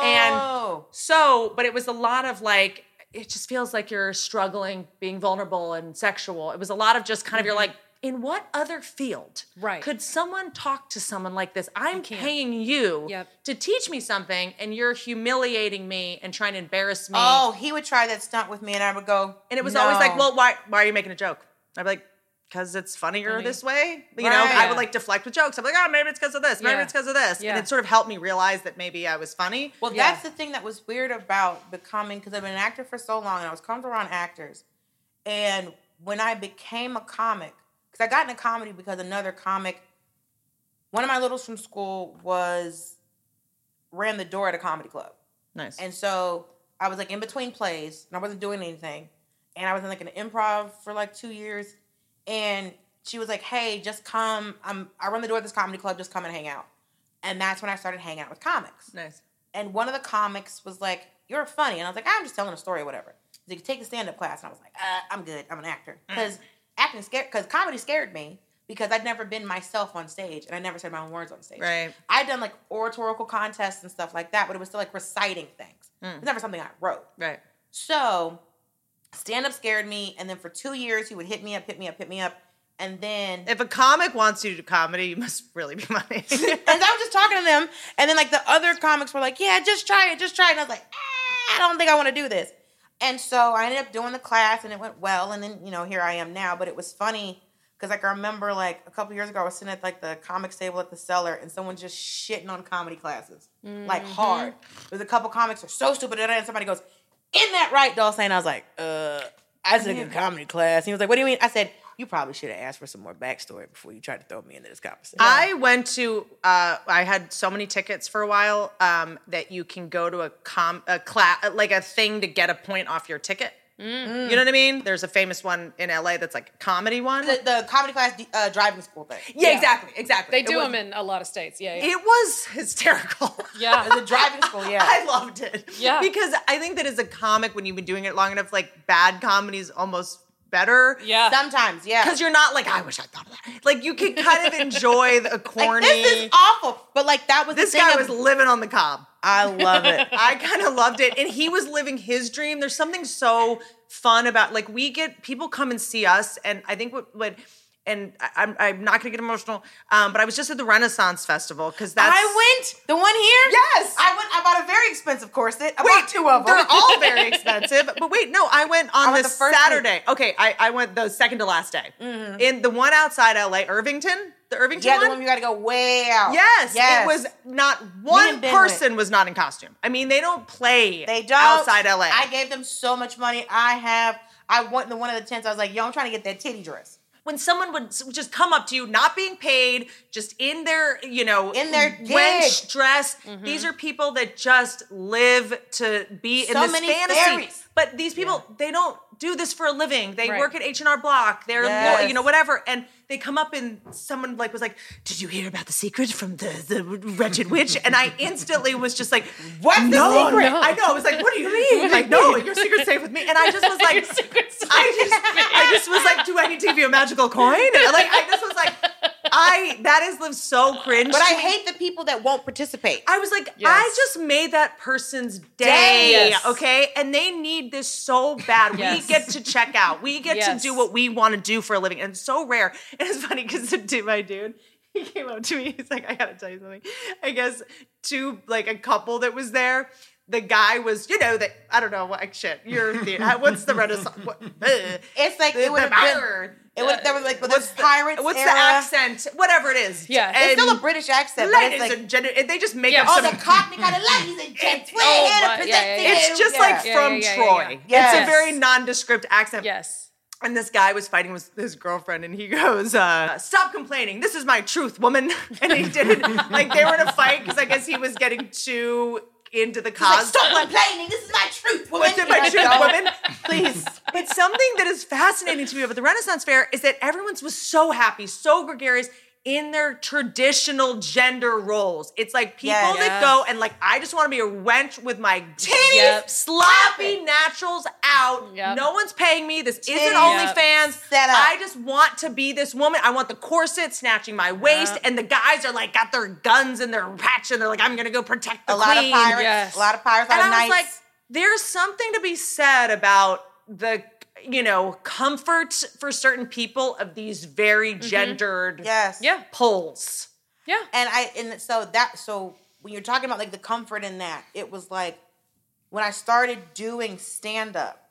Oh. So, but it was a lot of like, it just feels like you're struggling, being vulnerable and sexual. It was a lot of just kind of you're Mm-hmm. like, in what other field Right. could someone talk to someone like this? I'm paying you Yep. to teach me something, and you're humiliating me and trying to embarrass me. Oh, he would try that stunt with me, and I would go. And it was always like, "No." well, why why are you making a joke? I'd be like, because it's funnier Funny. this way. You know, Right. I would like deflect with jokes. I'm like, oh, maybe it's because of this. Maybe Yeah. it's because of this. Yeah. And it sort of helped me realize that maybe I was funny. Well, Yeah. that's the thing that was weird about becoming because I've been an actor for so long and I was comfortable around actors. And when I became a comic, because I got into comedy because another comic, one of my littles from school was ran the door at a comedy club. nice. And so I was like in between plays and I wasn't doing anything. And I was in like an improv for like two years. And she was like, hey, just um, come. I'm, I run the door at this comedy club, just come and hang out. And that's when I started hanging out with comics. nice. and one of the comics was like, "You're funny," and I was like, "I'm just telling a story, or whatever." He's like, "Take a stand-up class," and I was like, uh, "I'm good. I'm an actor because acting scared because comedy scared me because I'd never been myself on stage and I never said my own words on stage. Right. I'd done like oratorical contests and stuff like that, but it was still like reciting things. It's never something I wrote. Right. So stand up scared me, and then for two years he would hit me up, hit me up, hit me up, and then If a comic wants you to do comedy, you must really be funny. and I was just talking to them, and then like the other comics were like, "Yeah, just try it, just try it." And I was like, "Ah, "I don't think I want to do this." And so I ended up doing the class, and it went well. And then you know here I am now. But it was funny because like I remember like a couple years ago I was sitting at like the comics table at the cellar, and someone just shitting on comedy classes like hard. There's a couple comics are so stupid, and somebody goes, "In that right, Dulce?" And I was like, "Uh." I took a comedy class. He was like, "What do you mean?" I said, "You probably should have asked for some more backstory before you tried to throw me into this conversation." I went to. Uh, I had so many tickets for a while um, that you can go to a com a class like a thing to get a point off your ticket. You know what I mean? There's a famous one in LA that's like a comedy one. the, the comedy class uh, driving school thing. yeah, exactly, exactly. They do it was, them in a lot of states. Yeah, yeah. It was hysterical. yeah. The driving school, yeah. I loved it. Yeah. Because I think that as a comic, when you've been doing it long enough, like bad comedy is almost better. yeah. Sometimes, yeah. Because you're not like, I wish I thought of that. Like you can kind of enjoy the like, corny. this is awful. But like that was This the thing guy of- was living on the cob. I love it. I kind of loved it. And he was living his dream. There's something so fun about like we get people come and see us, and I think what what and I, I'm I'm not gonna get emotional, um, but I was just at the Renaissance Festival because that's I went the one here. Yes. I went. I bought a very expensive corset. I Wait, bought two of them. They're all very expensive. But wait, no, I went on I went this the first Saturday. Okay, I, I went the second to last day. In the one outside LA, Irvington, Mm-hmm. the Irvington yeah, the one. one you got to go way out. Yes, yes. it was not and one Ben went. person was not in costume. I mean, they don't play They don't outside LA. I gave them so much money. I have. I went in the one of the tents. I was like, yo, I'm trying to get that titty dress. when someone would s- just come up to you, not being paid, just in their, you know, In their wench dress. These are people that just live to be in So this many fantasy. fairies. But these people, they don't do this for a living. They Right. work at H and R Block. They're, Yes. employ- you know, whatever. And they come up and someone like was like, "Did you hear about the secret from the, the wretched witch?" And I instantly was just like, What's the no, secret? no." I know. I was like, "What do you mean?" like, no, your secret's safe with me. And I just was like, secret's safe I just, I just was like, "Do I need to give you a magical coin?" And like, I just was like, "I that is live so cringe." But I to me. hate the people that won't participate. I was like, Yes. I just made that person's day, Yes. okay? And they need this so bad. Yes. We get to check out. We get Yes. to do what we want to do for a living, and it's so rare. And it's funny because the dude, my dude, he came up to me. He's like, I gotta tell you something. I guess two like a couple that was there. The guy was, you know, that I don't know, like shit. You're the uh, what's the Renaissance? What, uh, it's like it would have been. It would. There was like what's the pirates what's era. the accent? Whatever it is, Yeah. It's It's still a And British accent, but Ladies it's like and gentlemen, they just make Yeah, up all some Oh, the Cockney kind of ladies and gents. We're Oh, here to but- present yeah, yeah, to yeah. you. It's just Yeah. like Yeah, from yeah, yeah, Troy. yeah, yeah. It's a Yes. very nondescript accent. yes. And this guy was fighting with his girlfriend, and he goes, uh, "Stop complaining. This is my truth, woman." And he didn't like they were in a fight because I guess he was getting too into the It's like, cause. stop complaining. This is my truth, woman. This is my Like, truth, no. woman. Please. But something that is fascinating to me about the Renaissance Fair is that everyone's was so happy, so gregarious in their traditional gender roles. It's like people Yes. that go and like, I just want to be a wench with my titties Yep. sloppy naturals out. Yep. No one's paying me. This isn't Titties. OnlyFans. Set up. I just want to be this woman. I want the corset snatching my waist, Yep. and the guys are like got their guns and their ratchet. and They're like, I'm gonna go protect the A lot of queen pirates. yes. A lot of pirates. A lot and of I was knights. like, there's something to be said about the you know comfort for certain people of these very Mm-hmm. gendered yes. Yeah. pulls. Yeah. And I and so that so when you're talking about like the comfort in that, it was like when I started doing stand up,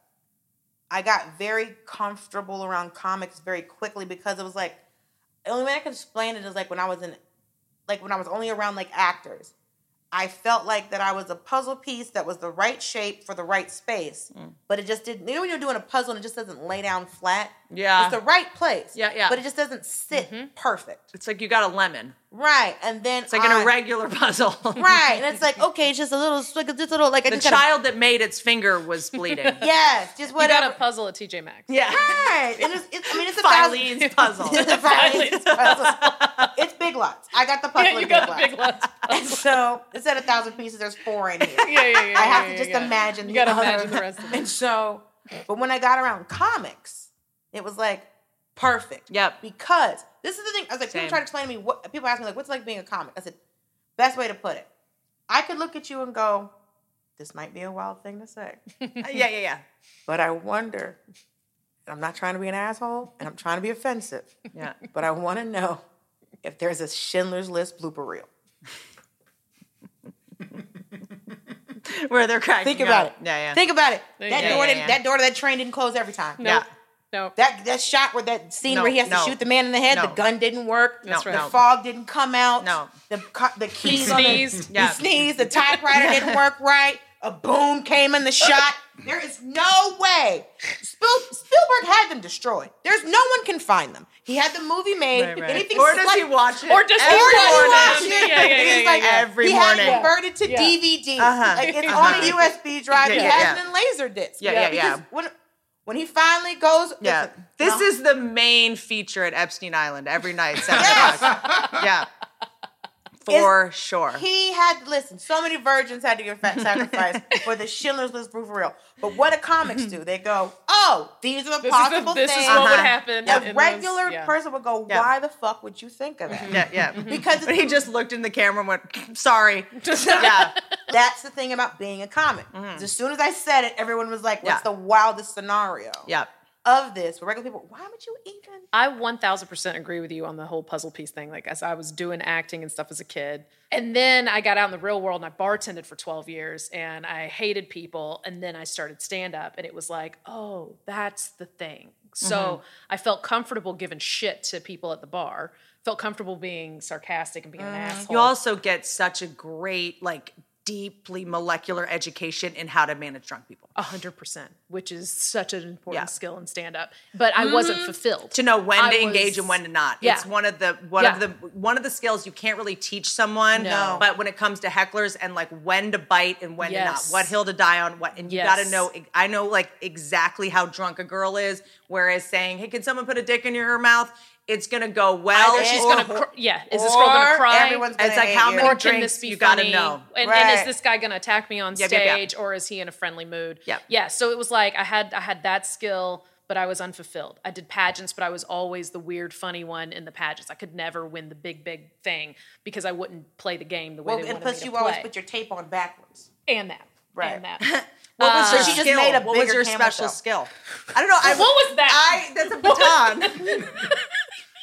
I got very comfortable around comics very quickly because it was like the only way I can explain it is like when I was in like when I was only around like actors. I felt like that I was a puzzle piece that was the right shape for the right space, Mm. but it just didn't. You know when you're doing a puzzle and it just doesn't lay down flat. Yeah. it's the right place. Yeah, yeah. But it just doesn't sit perfect. It's like you got a lemon. Right, and then It's like I, an irregular puzzle. Right, and it's like okay, it's just a little, it's like just a little, like I the just gotta- child that made its finger was bleeding. Yes, just You whatever. got a puzzle at TJ Maxx. yeah. right, and it's, it's, I mean, it's a thousand. Filene's puzzle. It's a Filene's puzzle. It's big lots. I got the puzzle. you in got big the lots. big lots. so instead of thousand pieces, there's four in here. yeah, yeah, yeah. I have yeah, to just yeah. imagine. You gotta other- imagine the rest of it. And so, but when I got around comics, it was like perfect. Yep. Because this is the thing. I was like, Same. people try to explain to me what people ask me like, what's it like being a comic? I said, best way to put it. I could look at you and go, this might be a wild thing to say, yeah, yeah, yeah. but I wonder. and I'm not trying to be an asshole, and I'm trying to be offensive, Yeah. but I want to know if there's a Schindler's List blooper reel. Where they're cracking. Think about it. up. Yeah, yeah. Think about it. Yeah, that yeah, door, yeah, didn't yeah. that door to that train didn't close every time. No, no. That that shot where that scene No, where he has no. to shoot the man in the head, No. the gun didn't work. No, That's the right. no. fog didn't come out. No. the co- the He keys on the, he sneezed. Yeah. sneezed. The typewriter didn't work right. A boom came in the shot. There is no way. Spiel, Spielberg had them destroyed. There's no one can find them. He had the movie made. Right, right. Anything Or does he slight- watch it? Or does he every Or does morning? he watch it? Yeah, yeah, yeah, He's yeah, like, yeah. Every he morning. had it converted to Yeah. DVD. Uh-huh. Like it's Uh-huh. on a USB drive. Yeah, he yeah, has yeah. it in laser disc. Yeah, yeah, yeah. Because When, when he finally goes, Yeah. listen, This no. is the main feature at Epstein Island every night, seven Yes. o'clock. Yeah. For sure. He had listen. So many virgins had to give fat sacrifice for the Schindler's List proof real. But what do comics do? They go, "Oh, these are the Mm-hmm. This is, possible the, this things." is what would Uh-huh. happen. in A those- regular yeah. Mm-hmm. person would go, Yeah. "Why the fuck would you think of that?" yeah, yeah. Because But he it's, just looked in the camera and went, sorry. yeah. that's the thing about being a comic. Mm-hmm. As soon as I said it, everyone was like, "What's Yeah. the wildest scenario Yeah. of this?" Where regular people, why would you even? I 1000% agree with you on the whole puzzle piece thing. Like, as I was doing acting and stuff as a kid. And then I got out in the real world and I bartended for 12 years and I hated people. And then I started stand up and it was like, oh, that's the thing. So I felt comfortable giving shit to people at the bar, felt comfortable being sarcastic and being an asshole. You also get such a great, like, deeply molecular education in how to manage drunk people. A hundred percent, which is such an important Yeah. skill in stand up. But I Mm. wasn't fulfilled to know when I to engage was- and when to not. Yeah. It's one of the one of Yeah. the one of the skills you can't really teach someone. No. But when it comes to hecklers and like when to bite and when Yes. to not, what hill to die on, what and you got Yes. to know. e, I know like exactly how drunk a girl is. Whereas saying, "Hey, can someone put a dick in your mouth?" It's gonna go well. Either she's or- gonna, cr- yeah. Is this or girl gonna cry? Everyone's gonna It's like hate how you. many or can drinks this be you gotta funny? know. And, and is Right. this guy going to attack me on Yep, stage yep, yep. or is he in a friendly mood? Yep. Yeah. So it was like I had I had that skill, but I was unfulfilled. I did pageants, but I was always the weird, funny one in the pageants. I could never win the big, big thing because I wouldn't play the game the way Well, they and wanted plus, me to you play. always put your tape on backwards. and that Right. and that. what uh, was your she just skill? made a what was bigger your camel special toe. skill? I don't know. I, what was that? I that's a baton.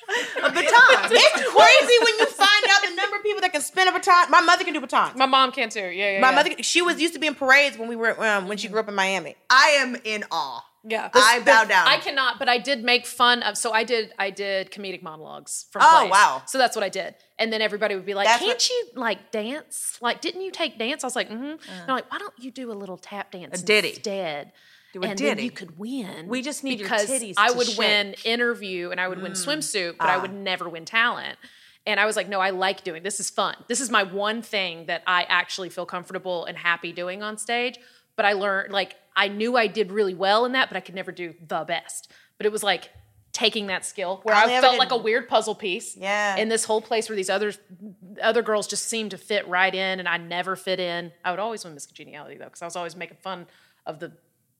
a baton. It's crazy when you find out the number of people that can spin a baton. My mother can do batons. My mom can too. Yeah, yeah. My yeah. mother, she was used to be in parades when we were um, when she grew up in Miami. I am in awe. Yeah. I bow down. I cannot, but I did make fun of. So I did, I did comedic monologues from. Oh, plays. wow. So that's what I did, and then everybody would be like, That's "Can't what- you like dance? Like, didn't you take dance?" I was like, "Mm." hmm They're like, "Why don't you do a little tap dance Uh. A ditty. instead?" Do a and then ditty. you could win. We just need your because titties I to would shake. win interview and I would win Mm. swimsuit, Ah. but I would never win talent. And I was like, no, I like doing this. Is fun. This is my one thing that I actually feel comfortable and happy doing on stage. But I learned, like, I knew I did really well in that, but I could never do the best. But it was like taking that skill where I I, only ever felt did- like a weird puzzle piece. Yeah. In this whole place where these other other girls just seemed to fit right in, and I never fit in. I would always win Miss Congeniality though, because I was always making fun of the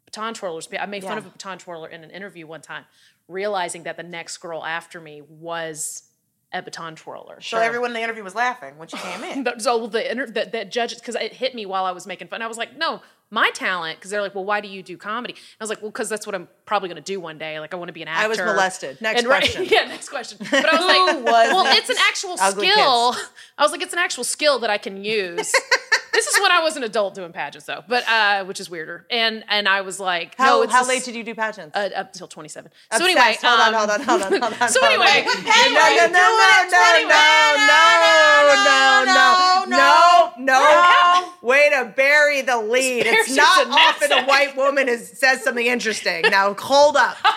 baton twirlers. I made fun Yeah. of a baton twirler in an interview one time, realizing that the next girl after me was a baton twirler. So everyone in the interview was laughing when she came in. But- So the inter- that that judges because it hit me while I was making fun. I was like, no, my talent. Because they're like, well, why do you do comedy? And I was like, well, because that's what I'm probably going to do one day. Like I want to be an actor. I was molested. Next And right- question. yeah, next question. But I was like, was well, it? it's an actual Ugly skill. I was like, it's an actual skill that I can use. this is when I was an adult doing pageants though, but uh, which is weirder. And and I was like, How, no, it's how a late s- did you do pageants? uh, up until 27. So Obsessed. anyway, hold on, um, hold on, hold on, hold on. so hold on. anyway, What pageant No, are you no, no, doing at no, no, no, 21? no, no, no, no. Way to bury the lead. This It's bear's not just a mess. often a white woman is, says something interesting. Now hold up.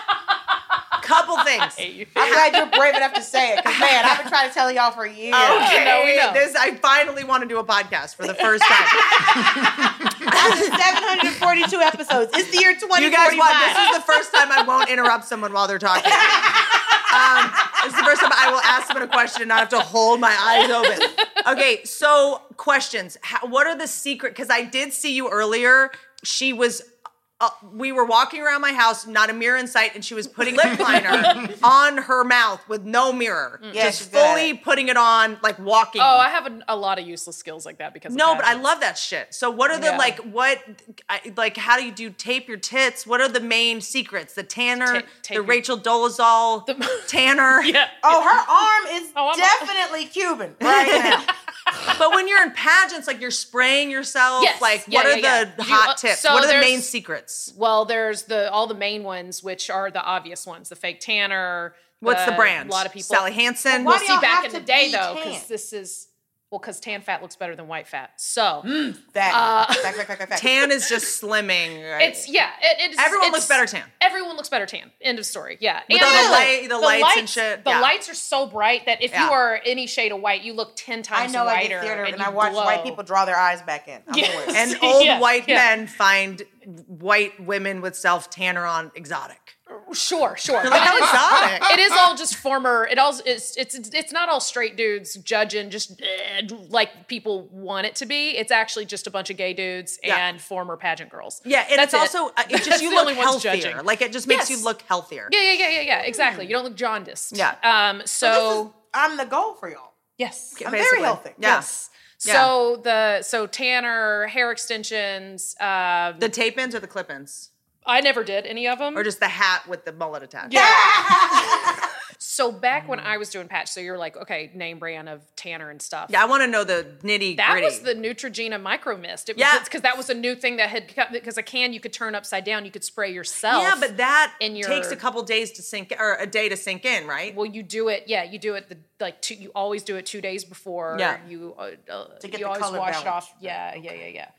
Couple things. you. I'm glad you're brave enough to say it, because man, I've been trying to tell y'all for years. Okay, No, we know. this I finally want to do a podcast for the first time. That's 742 episodes. It's the year 2045. you guys, watch. This is the first time I won't interrupt someone while they're talking. Um, this is the first time I will ask someone a question and not have to hold my eyes open. Okay, so questions. How, what are the secret? Because I did see you earlier. She was. Uh, we were walking around my house, not a mirror in sight, and she was putting lip liner on her mouth with no mirror, Mm. Yeah, she's just good at fully putting it on, like walking. Oh, I have a, a lot of useless skills like that because of no, that. but I love that shit. So, what are the Yeah. like? What, I, like, how do you do tape your tits? What are the main secrets? The Tanner, Ta- tape the your- Rachel Dolezal, The- Tanner. yeah. Oh, her arm is Oh, I'm- definitely Cuban right now. But when you're in pageants, like you're spraying yourself. Yes. Like, Yeah, what are yeah, the yeah. You- hot uh, tips? so what are the there's- main secrets? Well, there's the all the main ones, which are the obvious ones: the fake tanner. What's the, brand? A lot of people. Sally Hansen. Why We'll do see y'all have back in to the day be though, tan? because this is well, because tan fat looks better than white fat. So Hmm. That, Uh, fact, fact, fact, fact, fact. tan is just slimming. right? it's yeah, it, it's Everyone it's- looks better tan. Everyone looks better tan. End of story. Yeah, With all the light- the lights and shit, The yeah. lights are so bright that if Yeah. you are any shade of white, you look ten I times know I whiter. did theater and, you I watched glow. white people draw their eyes back in. I'm Yes. aware. and old Yeah, white yeah. men find white women with self tanner on exotic. Sure, sure. Like how exotic. it is all just former. It all it's it's it's not all straight dudes judging just eh, like people want it to be. It's actually just a bunch of gay dudes Yeah. and former pageant girls. Yeah, and That's it's it. also uh, it That's just you the look only ones healthier. judging. Like it just makes Yes. you look healthier. yeah, yeah, yeah, yeah, yeah. Exactly. You don't look jaundiced. Yeah. Um. So, This is- I'm the goal for y'all. yes. I'm basically. very healthy. Yeah. Yes. Yeah. So the so Tanner hair extensions. Uh, The tape ins or the clip ins, I never did any of them. or just the hat with the mullet attached. so back Mm. when I was doing patch, so you're like, okay, name brand of Tanner and stuff. Yeah, I want to know the nitty gritty. That was the Neutrogena Micro Mist. It was Yeah. because that was a new thing that had come because a can you could turn upside down, you could spray yourself. yeah, but that in your- takes a couple days to sink or a day to sink in, right? well, you do it. Yeah, you do it the like two. You always do it two days before. Yeah. you uh, uh, To get you the always color wash it balance. off. Yeah, yeah, yeah, yeah.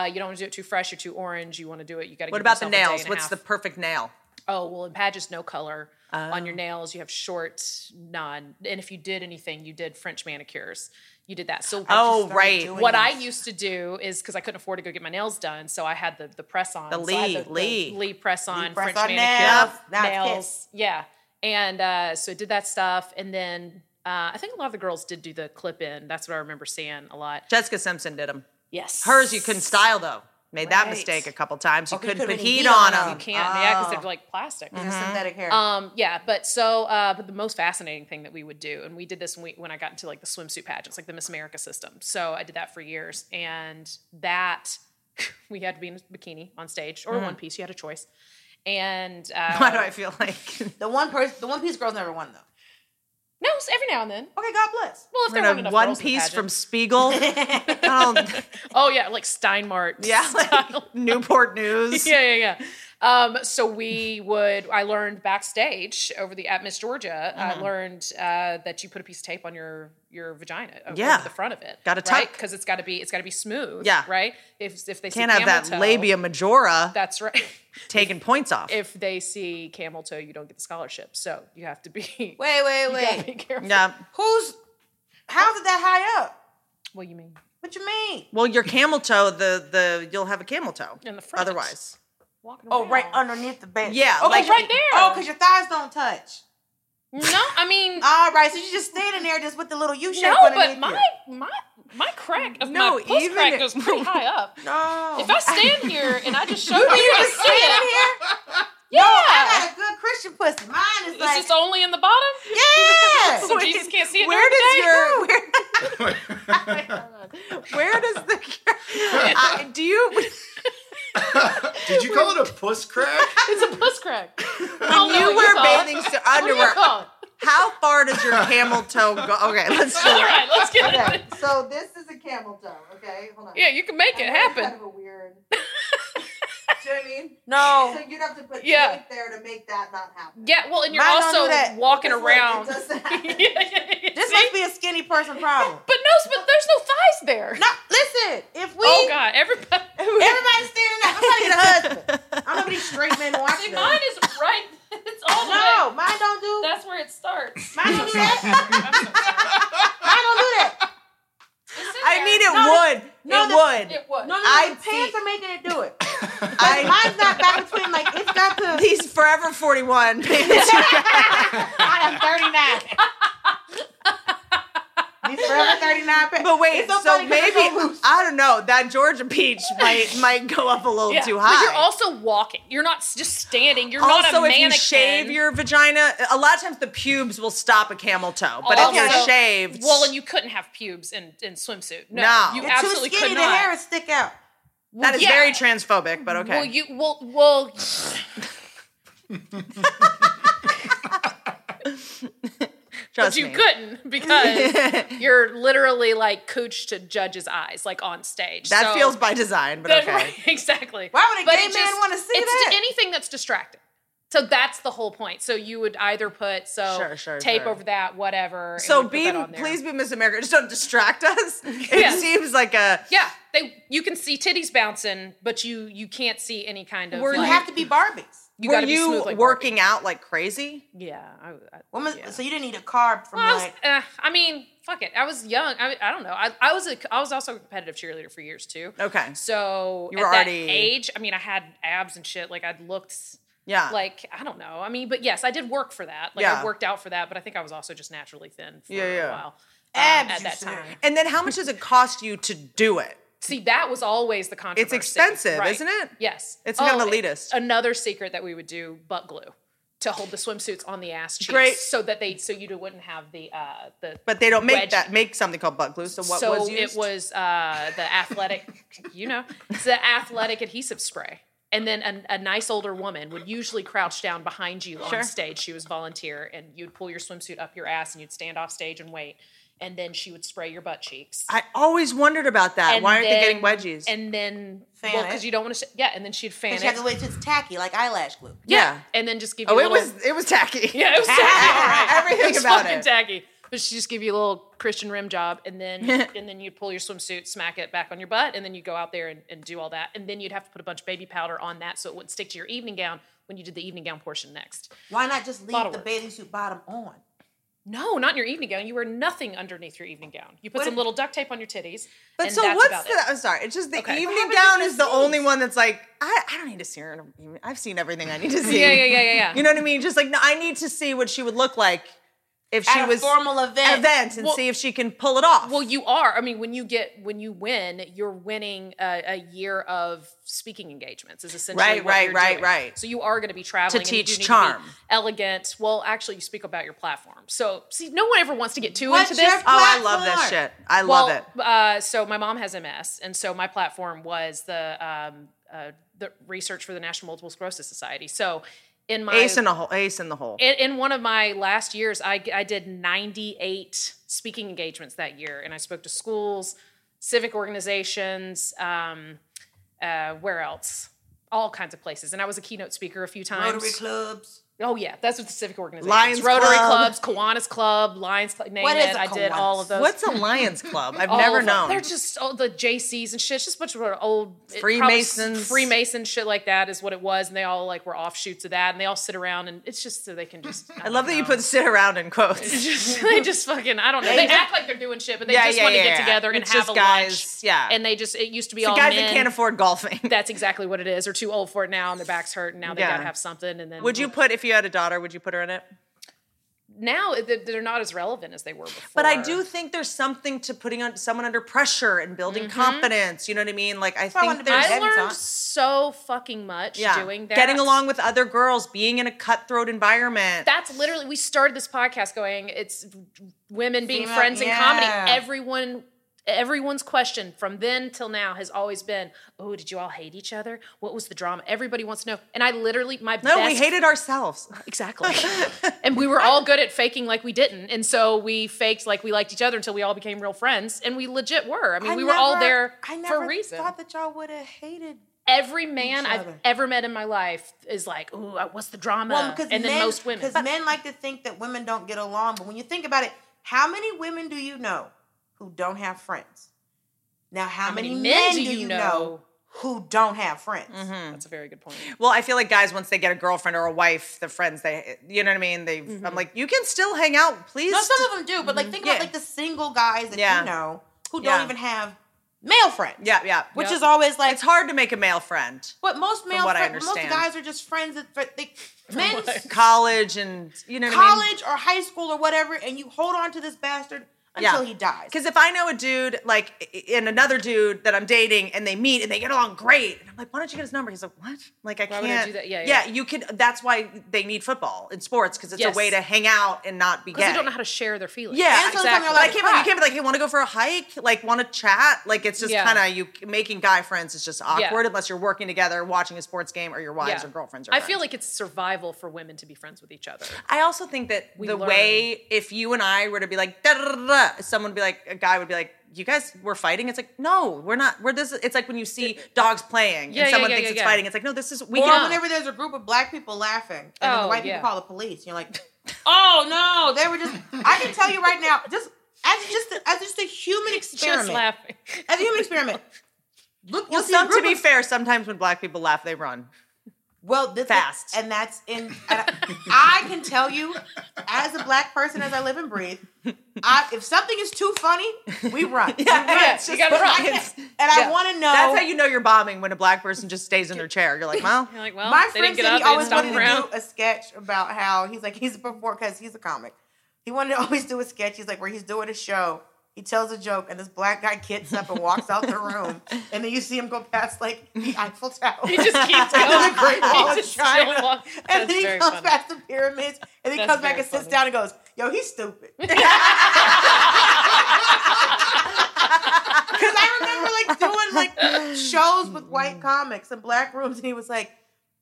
Uh, you don't want to do it too fresh. You're too orange. You want to do it. You got to. what about the nails? What's the perfect nail? Oh well, in pageants, no color on your nails. You have short, non. And if you did anything, you did French manicures. You did that. So Oh, started right. doing- what I this. used to do is because I couldn't afford to go get my nails done, so I had the the press on, The So I had Lee, Lee. Lee press on, press French on manicure, nails. Now it's yeah. And uh, so I did that stuff, and then uh, I think a lot of the girls did do the clip in. That's what I remember seeing a lot. Jessica Simpson did them. Yes, Hers you couldn't style though. Made that Right. mistake a couple times. You Okay, couldn't couldn't put put any heat heat on on them. You can't, yeah, because Oh. they're like plastic. It's a synthetic hair. Um, yeah, but so, uh, but the most fascinating thing that we would do, and we did this when, we, when I got into like the swimsuit pageants, like the Miss America system. So I did that for years, and that we had to be in a bikini on stage or a one piece. You had a choice, and uh, Mm-hmm. Why do I feel like the one person, the One Piece girls never won though. no, it's every now and then. Okay, God bless. Well, if there weren't in a enough one girls in the piece from pageant. Spiegel? I don't- oh yeah, like Steinmart. yeah, like Newport News. yeah, yeah, yeah. Um, so we would. I learned backstage over the at Miss Georgia. Mm-hmm. I learned uh, that you put a piece of tape on your your vagina. o- Yeah. over the front of it. Gotta right? tuck. because it's got to be it's got to be smooth. Yeah. right. If if they Can't see have that camel toe, labia majora That's right. taking points off. if they see camel toe, you don't get the scholarship. So you have to be. Wait, wait, you gotta be wait. careful. yeah. Who's? How's it that high up? What do you mean? What you mean? Well, your camel toe, the the you'll have a camel toe In the front. Otherwise, Walking Oh, right around. underneath the bed. Yeah, okay, like- your- right there. Oh, because your thighs don't touch. No, I Oh, mean. All right, so you just standing there just with the little U shape no, but underneath my you. my my crack of No, my puss even crack if- goes pretty high up. No. If I stand here and I just show you, Are you you just see standing it. here? Yeah. I got a good Christian pussy. Mine is Is like, this only in the bottom? yeah. So Jesus can't see it. where does your where, your? where does the I, do you Did you call it a puss crack? It's a puss crack. when you wear bathing suit underwear? All How far does your camel toe go? Okay, let's do it. right, let's get Okay, it. so this is a camel toe, okay? Hold on. Yeah, you can make it That's Kind happen. of a weird. Do you know what I mean? No. So you'd have to put Yeah. tape there to make that not happen. Yeah, well, and you're Mine don't do also that. walking This one, around. it doesn't Yeah, happen. yeah, yeah. This See? must be a skinny person problem. But no, but there's no thighs there. No, listen. If we, Oh God, everybody. everybody's standing up. I'm trying to get a husband. I'm gonna be straight men See, watching. mine this. is right. It's all the No, way. mine don't do. That's where it starts. Mine don't do that. I'm so sorry. Mine don't do that. It's in I there. mean, it would. no, it the- would. It would. No, no, no. I the pants see. are making it do it. Like, I, mine's not back between. Like it's got to. these Forever 41 pants. I am 39. These forever thirty nine. But wait, so, funny 'cause they're maybe so loose. I don't know. That Georgia peach might might go up a little Yeah. too But high. you're also walking. You're not s- just standing. You're not a also, if mannequin. you shave your vagina, a lot of times the pubes will stop a camel toe. But if you're Also- shaved, well, and you couldn't have pubes in, in swimsuit. No, No. You're you You're absolutely too skinny. could The hair not. would stick out. that is yeah. very transphobic. But okay, Well, you well well. trust But you me. couldn't because you're literally like cooch to judges' eyes, like on stage. That So- feels by design, but that- okay. right, exactly. Why would a But gay it man just- wanna see it's that? It's anything that's distracting. So that's the whole point. So you would either put so Sure, sure, tape sure. over that, whatever. and So we put be that on there. please be Miss America. Just don't distract us. It Yeah. seems like a Yeah, they you can see titties bouncing, but you you can't see any kind of. Were like, You have to be Barbies. you were gotta be you smooth like working out like crazy? Barbie. Yeah, I, I, Woman, yeah. so you didn't need a carb from Well, I, was, like. uh, I mean, fuck it. I was young. I, I don't know. I, I was a, I was also a competitive cheerleader for years too. Okay. So You were at that already- age, I mean, I had abs and shit. Like I'd looked s- Yeah. like I don't know. I mean, but yes, I did work for that. Like Yeah. I worked out for that, but I think I was also just naturally thin for Yeah, yeah. a while. um, Abs, at you that said. time. and then how much does it cost you to do it? See, that was always the controversy. expensive, right? isn't it? Yes. It's kind of it- elitist. Another secret that we would do: butt glue to hold the swimsuits on the ass cheeks, Great. so that they so you wouldn't have the uh, the. But they don't make Wedgie. that make something called butt glue. So what so was used? it was uh, the athletic, you know, it's the athletic adhesive spray. And then a, a nice older woman would usually crouch down behind you Sure. on stage. She was volunteer, and you'd pull your swimsuit up your ass, and you'd stand off stage and wait. And then she would spray your butt cheeks. I always wondered about that. And Why aren't they then- getting wedgies? And then, Fan well, it. because you don't want to. yeah, and then she'd fan But it. you have to wait till it's tacky, like eyelash glue. yeah. Yeah. and then just give you. oh, it a little, was it was tacky. Yeah, it was tacky. All right. Everything it was about fucking it. tacky. But she just give you a little Christian rim job, and then and then you'd pull your swimsuit, smack it back on your butt, and then you'd go out there and, and do all that, and then you'd have to put a bunch of baby powder on that so it wouldn't stick to your evening gown when you did the evening gown portion next. Why not just Lot leave of the work. bathing suit bottom on? No, not in your evening gown. You wear nothing underneath your evening gown. You put What some if- little duct tape on your titties. But and so that's what's about the? it. I'm sorry. It's just the Okay. What evening happened to gown these is the only things? one that's like I, I don't need to see her. In a, evening- I've seen everything I need to see. Yeah, yeah, yeah, yeah, yeah. You know what I mean? Just like no, I need to see what she would look like if she At a was formal event. event and Well- see if she can pull it off. Well, you are. I mean, when you get when you win, you're winning a, a year of speaking engagements. Is essentially Right, what right, you're right, doing. right. So you are going to be traveling To and you teach do need charm. be elegant. Well, actually, you speak about your platform. So see, no one ever wants to get too What's into this. your oh, I love this platform. shit. I well, love it. Uh, so my mom has MS, and so my platform was the um, uh, the research for the National Multiple Sclerosis Society. So in my Ace in the hole. Ace in the hole. in, in one of my last years, I, I did 98 speaking engagements that year, and I spoke to schools, civic organizations, um, uh, where else? All kinds of places. And I was a keynote speaker a few times. Rotary clubs. Oh, yeah, that's what the civic organizations. Lions Rotary Club. clubs, Kiwanis Club, Lions Club, name What it. is a I did all of those. What's a Lions Club? I've All never of them. known. Oh, They're just all the JCs and shit. It's just a bunch of old it probably- Freemasons. Freemason shit like that is what it was. And they all like were offshoots of that. And they all sit around and it's just so they can just. I love that you know. put sit around in quotes. just they just fucking I don't know. They act like they're doing shit, but they Yeah, just yeah, want to yeah, get yeah. together and It's have just a guys, lunch. yeah. and they just it used to be all Guys men. that can't afford golfing. That's exactly what it is. Or too old for it now, and their backs hurt, and now they Yeah. gotta have something. And then Would you put if you had a daughter? Would you put her in it? now th- they're not as relevant as they were before? But I do think there's something to putting on someone under pressure and building Mm-hmm. confidence. You know what I mean? Like I I think wanted to be there's I a Depends learned on- so fucking much doing that. getting along with other girls, being in a cutthroat environment. That's literally we started this podcast going. It's women being Female- friends in yeah. comedy. Everyone. Everyone's question from then till now has always been, "Oh, did you all hate each other? What was the drama?" Everybody wants to know, and I literally my no, best we hated ourselves. exactly, and we were all good at faking like we didn't, and so we faked like we liked each other until we all became real friends, and we legit were. I mean, I we were all never- there I never for a reason thought that y'all would have hated. every man Each I've other. ever met in my life is like, "Ooh, what's the drama?" Well, because and men, then most women. Because men like to think that women don't get along, but when you think about it, how many women do you know who don't have friends? Now, how, many, men, do you know? Mm-hmm. who don't have friends? That's a very good point. Well, I feel like guys once they get a girlfriend or a wife, the friends they, you know what I mean? They, I'm like, you can still hang out, please. No, Mm-hmm. some of them do, but like think Yeah. about like the single guys that Yeah. you know who Yeah. don't even have male friends. yeah, yeah. which Yep. is always like it's hard to make a male friend. But most male what I friends, most understand. guys are just friends that that they men College and you know what I mean? college or high school or whatever, and you hold on to this bastard until Yeah. he dies. Because if I know a dude, like, i- i- and another dude that I'm dating, and they meet and they get along great, and I'm like, why don't you get his number? He's like, what? Like, I Why can't. would I do that? Yeah, yeah. you can. That's why they need football in sports because it's Yes. a way to hang out and not be gay. Because they don't know how to share their feelings. Yeah, And it's exactly. only something But I like can't. that. You can't be like, "Hey, want to go for a hike? Like, want to chat?" Like, it's just Yeah. kind of you making guy friends is just awkward unless you're working together, watching a sports game, or your wives or girlfriends. Or I feel friends. like it's survival for women to be friends with each other. I also think that the learn. way if you and I were to be like, da, da, da, da, someone would be like, a guy would be like, you guys were fighting. It's like, no, we're not. We're this. It's like when you see dogs playing Yeah, yeah, and someone yeah, thinks yeah, it's yeah. fighting. It's like, no, this is we Or can. whenever there's a group of black people laughing, and then Oh, the white people yeah. call the police, and you're like, "Oh no, they were just." I can tell you right now, just as just as just a human experiment, Just laughing. as a human experiment. Look, you'll Well, see a some to group be of- fair, sometimes when black people laugh, they run. Well, this, Fast. and that's in. And I, I can tell you, as a black person, as I live and breathe, I, if something is too funny, we run. We run. yeah, you gotta But I run. can't- It's- and yeah. I want to know. That's how you know you're bombing when a black person just stays in their chair. You're like, well, You're like, well, My they didn't friend get said up, they he didn't always stomp wanted around. to do a sketch about how he's like he's a performer because he's a comic. He wanted to always do a sketch. He's like where he's doing a show. He tells a joke, and this black guy gets up and walks out the room, and then you see him go past like the Eiffel Tower. He just keeps And then going. the Great Wall He of just still China. walks. And That's then he very comes funny. past the pyramids, and he That's comes back very and sits funny. down and goes, "Yo, he's stupid." Because I remember like doing like shows with white comics in black rooms, and he was like,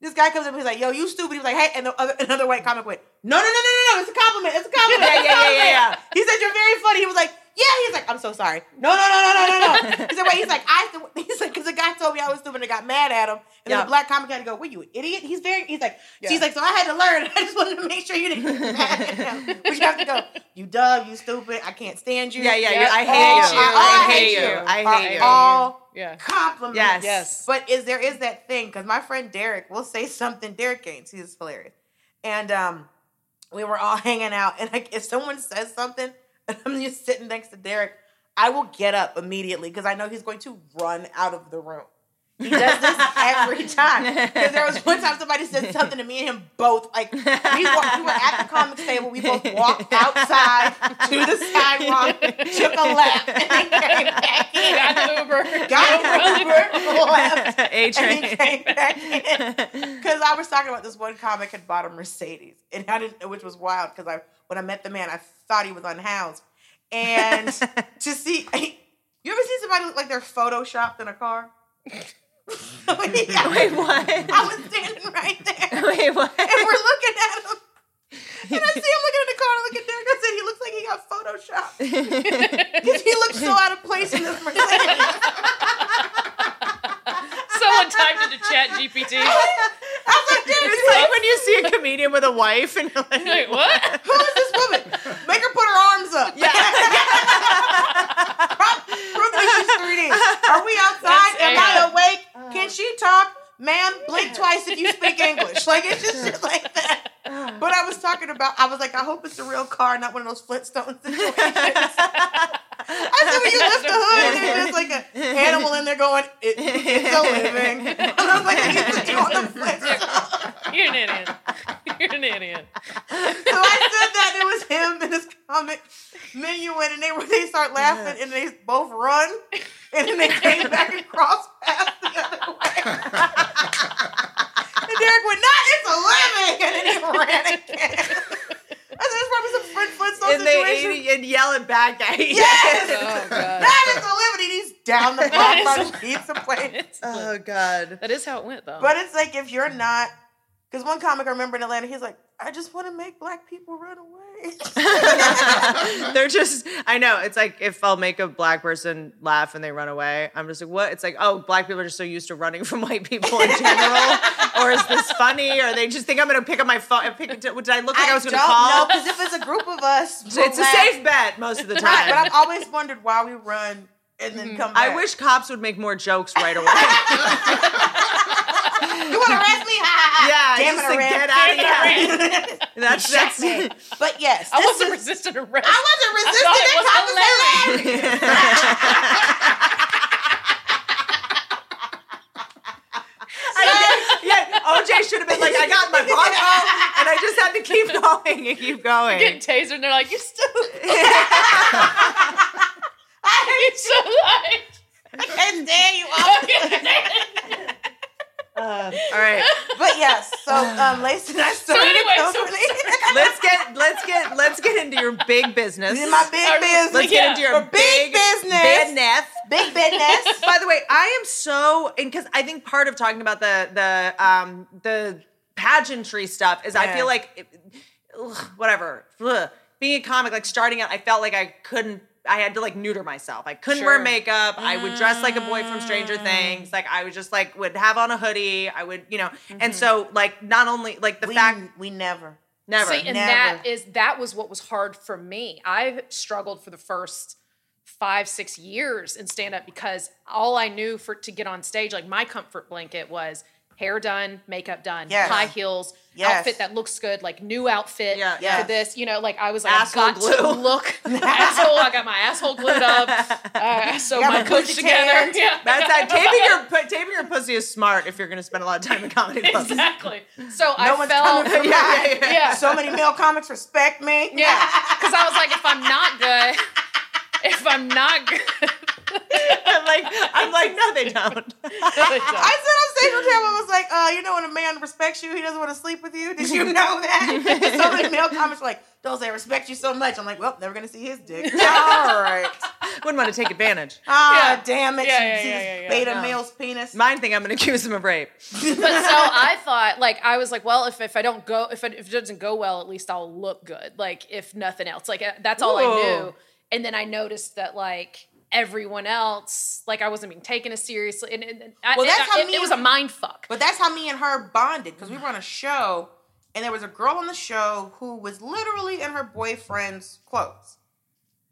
"This guy comes up, he's like, yo, you stupid.'" He was like, "Hey," and the other another white comic went, "No, no, no, no, no, no, it's a compliment, it's a compliment." Yeah, it's a yeah, yeah, yeah, yeah. compliment." He said, "You're very funny." He was like. Yeah, he's like, I'm so sorry. No, no, no, no, no, no, no. He said, wait, he's like, I, he's like, because the guy told me I was stupid and got mad at him. And then Yeah. the black comic had to go, "Were you an idiot?" He's very. He's like. Yeah. She's like, so I had to learn. I just wanted to make sure you didn't. Get mad at him. But you have to go. You dumb. You stupid. I can't stand you. yeah, yeah, Yeah. yeah. I Oh, hate you. I- I I hate hate you. you. I Are hate you. All Yeah. compliments. Yes. Yes. But is there is that thing because my friend Derek will say something. Derek Gaines, he's hilarious, and um, we were all hanging out, and like if someone says something, and I'm just sitting next to Derek, I will get up immediately because I know he's going to run out of the room. He does this every time. Because there was one time somebody said something to me and him both. Like we, walked, we were at the comics table. We both walked outside to the sidewalk, took a left, and then came back in. Got an Uber. Got an Uber, left, A and then train. came back in. Because I was talking about this one comic had bought a Mercedes, and I didn't, which was wild. Because I, when I met the man, I thought he was unhoused, and to see, you ever see somebody look like they're photoshopped in a car? Wait, what? I was standing right there, Wait, what? and we're looking at him. And I see him looking in the car, and I look at Derek. I said, "He looks like he got photoshopped because he looks so out of place in this Mercedes." Someone typed into Chat GPT. I was like, Derek, It's like when you see a comedian with a wife and you're like, Wait, what? Who is this woman? Make her put her arms up. Yeah. Prove that she's 3D. Are we outside? That's Am AI. I awake? Can she talk? Ma'am, blink twice if you speak English. Like it's just shit like that. But I was talking about, I was like, I hope it's a real car, not one of those Flintstone situations. I said, when you lift the hood, and there's like an animal in there going, it, it's a living. And I was like, I need to do on the Flintstone. You're an idiot. You're an idiot. So I said that it was him and his comic minuet, and they were they start laughing, and they both run, and then they came back and cross paths the other way. and Derek went, "Not it's a living," and then he ran again. I said, "It's probably some Fred Flintstone and situation." they and yell at bad guys. yes, Oh god. that is a living. And he's down the block by the pizza place. It's- Oh God. that is how it went though. But it's like if you're not, because one comic I remember in Atlanta, he's like, "I just want to make black people run away." They're just I know, it's like if I'll make a black person laugh and they run away, I'm just like, what? It's like, oh, black people are just so used to running from white people in general. or is this funny? Or they just think I'm gonna pick up my phone pick did I look like I, was gonna don't call? because if it's a group of us, So it's a we'll safe bet most of the laugh. But time. I've always wondered why we run and then come back. Mm-hmm. I wish cops would make more jokes right away. you want to arrest me? Yeah, Ha, ha, ha. damn just it, like I ran. get out of here. Damn That's that's But yes, I this wasn't is- resistant arrest. I wasn't resisting. thought it that was cop was hilarious. hilarious. I yeah, OJ should have been like, I got my Bronco, and I just had to keep going and keep going. Getting tasered and they're like, you're stupid. Uh, um, big business. This is my big business. Let's get into your For big business. business. Big business. By the way, I am so and because I think part of talking about the the um the pageantry stuff is I Yeah. feel like it- ugh, whatever Ugh. being a comic like starting out I felt like I couldn't I had to like neuter myself I couldn't wear Sure. Mm. makeup I would dress like a boy from Stranger Things like I would just like would have on a hoodie I would you know Mm-hmm. and so like not only like the we, fact we never. never See, and that is that was what was hard for me. I struggled for the first five, six years in stand up because all I knew for to get on stage, like my comfort blanket was hair done, makeup done, Yes. high heels, Yes. outfit that looks good, like new outfit Yeah. for Yes. this. You know, like I was like, Asshole I got glue. to look asshole. I got my asshole glued up. Uh, I sewed Got my my cooch pussy together. tanned. Yeah. that's that taping your pu- taping your pussy is smart if you're going to spend a lot of time in comedy clubs Exactly. So No I one's felt coming for me. yeah. So many male comics respect me. Yeah, because I was like, if I'm not good, if I'm not good, I'm like, I'm like, no, they don't. I said on stage one time, I was like, uh, you know, when a man respects you, he doesn't want to sleep with you. Did you know that? so many male comics were like, don't say I respect you so much. I'm like, well, never gonna see his dick. All right. Wouldn't want to take advantage. Ah, Yeah. damn it. Yeah, you yeah, see yeah, this yeah, yeah. beta No. male's penis. Mine think I'm going to accuse them of rape. but so I thought, like, I was like, well, if, if I don't go, if it, if it doesn't go well, at least I'll look good. Like, if nothing else, like uh, that's all I Ooh. knew. And then I noticed that like everyone else, like I wasn't being taken as seriously. And, and, and I, Well, that's and I- how it, me it was a and- mind fuck. But that's how me and her bonded because we were on a show and there was a girl on the show who was literally in her boyfriend's clothes.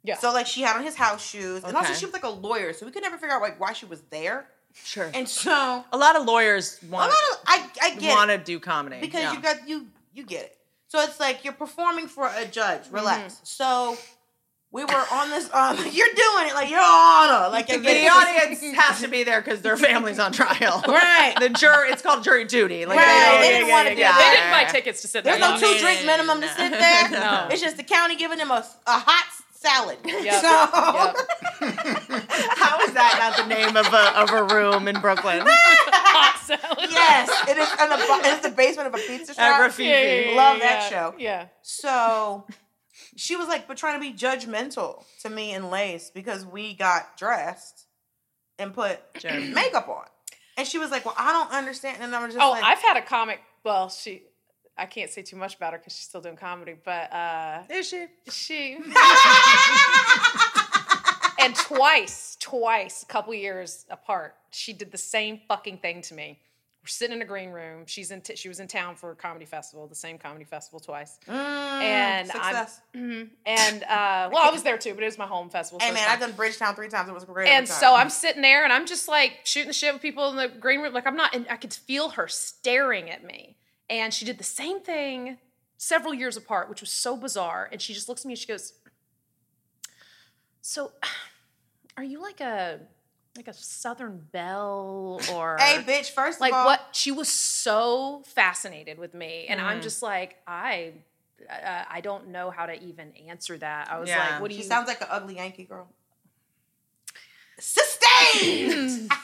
Yeah. So like she had on his house shoes and also Okay. she was like a lawyer, so we could never figure out like why she was there. Sure. And so a a lot of lawyers lot want of I I get want it to do comedy because yeah. you got you you get it. So it's like you're performing for a judge. Relax. So we were on this. Um, you're doing it like you're on it. Like I get the it. audience has to be there because their family's on trial. Right. The jury, it's called jury duty. Like Right, they, they don't- didn't wanna do They that. didn't buy tickets to sit there. There's no Yeah. two drink minimum to sit there. No. It's just the county giving them a, a hot salad. Yep. So Yep. How is that not the name of a of a room in Brooklyn? Hot salad. yes, it is in the, it's the basement of a pizza shop. Ever Fifi. Yeah, yeah, yeah, Love yeah, that show. Yeah. So she was like, but trying to be judgmental to me and Lace because we got dressed and put Sure. makeup on. And she was like, well, I don't understand. And I'm just Oh, like, I've had a comic. Well, she. I can't say too much about her because she's still doing comedy, but uh, Is she? she and twice, twice, a couple years apart, she did the same fucking thing to me. We're sitting in a green room. She's in. T- she was in town for a comedy festival, the same comedy festival twice. Mm, and success. I'm, and uh, well, I was there too, but it was my home festival. so Hey it's man, fine. I've done Bridgetown three times. It was great. every And time. so I'm sitting there and I'm just like shooting the shit with people in the green room. Like I'm not, and I could feel her staring at me. And she did the same thing several years apart, which was so bizarre. And she just looks at me and she goes, So are you like a like a Southern Belle or hey bitch, first like of all, what she was so fascinated with me and Mm. i'm just like i uh, i don't know how to even answer that i was Yeah. like what do She you sounds like an ugly Yankee girl. Sustained.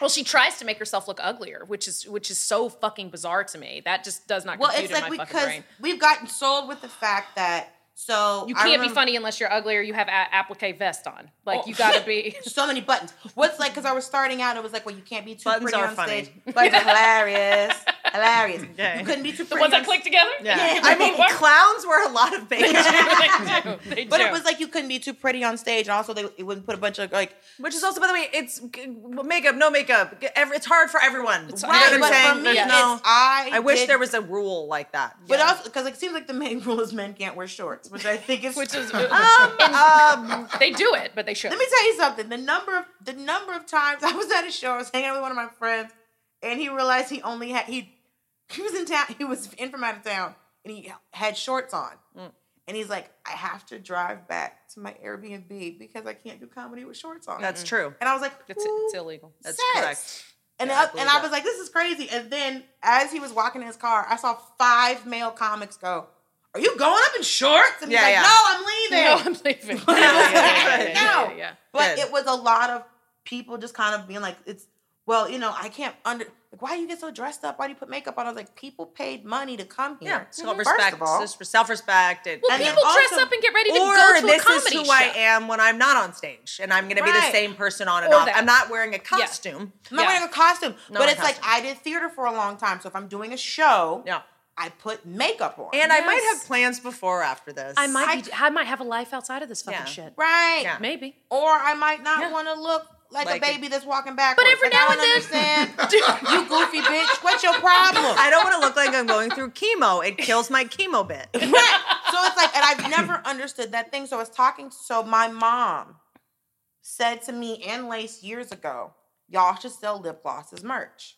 Well, she tries to make herself look uglier, which is which is so fucking bizarre to me. That just does not well, compute it's like in my fucking because brain. we've gotten sold with the fact that so You I can't be remember- funny unless you're ugly or you have a- applique vest on. Like Oh. you gotta be. So many buttons. What's like because I was starting out, it was like, well, you can't be too Buttons pretty are on funny. stage. Buttons are hilarious, hilarious. Okay. You couldn't be too pretty. the ones on that click together. Yeah. Yeah. I mean, What? clowns wear a lot of bacon, they do. They But do. it was like you couldn't be too pretty on stage, and also they it wouldn't put a bunch of like which is also, by the way, it's g- makeup, no makeup. G- every- It's hard for everyone. You know hard, what I'm But saying? for me, There's yes. no- it's, I I wish did- there was a rule like that. But also because it seems like the main rule is men can't wear shorts, which I think is which is Um, um, they do it, but they should. Let me tell you something. The number of the number of times I was at a show, I was hanging out with one of my friends, and he realized he only had he he was in town. He was in from out of town, and he had shorts on. Mm. And he's like, I have to drive back to my Airbnb because I can't do comedy with shorts on. that's true. and I was like, it's, "Who it's illegal. That's says?" correct. And Yeah, I up, believe and I that. was like, this is crazy. And then as he was walking in his car, I saw five male comics go, "Are you going up in shorts?" And he's Yeah, like, yeah. "No, I'm leaving." No, I'm leaving. Yeah, yeah, yeah, yeah, yeah, yeah, No. yeah. But Good. it was a lot of people just kind of being like, it's well, you know, I can't under like why you get so dressed up? Why do you put makeup on? I was like, people paid money to come here. Yeah, self First respect. of all, Self respect. Well, And then people dress also- up and get ready to or go to this a comedy is who show. I am when I'm not on stage, and I'm going to be the Right. same person on and Or off. that. I'm not wearing a costume. I'm not Yeah. wearing a costume. Not but a it's like costume. I did theater for a long time. So if I'm doing a show, Yeah, I put makeup on. and I might Yes. have plans before or after this. I might be, I might have a life outside of this fucking Yeah. shit. right. Yeah. Maybe. Or I might not Yeah. want to look like, Like a a- baby that's walking backwards. every Like, now I and don't then- understand. you goofy bitch. What's your problem? I don't want to look like I'm going through chemo. It kills my chemo bit. Right. So it's like, and I've never understood that thing. So I was talking. So my mom said to me and Lace years ago, y'all should sell lip gloss as merch.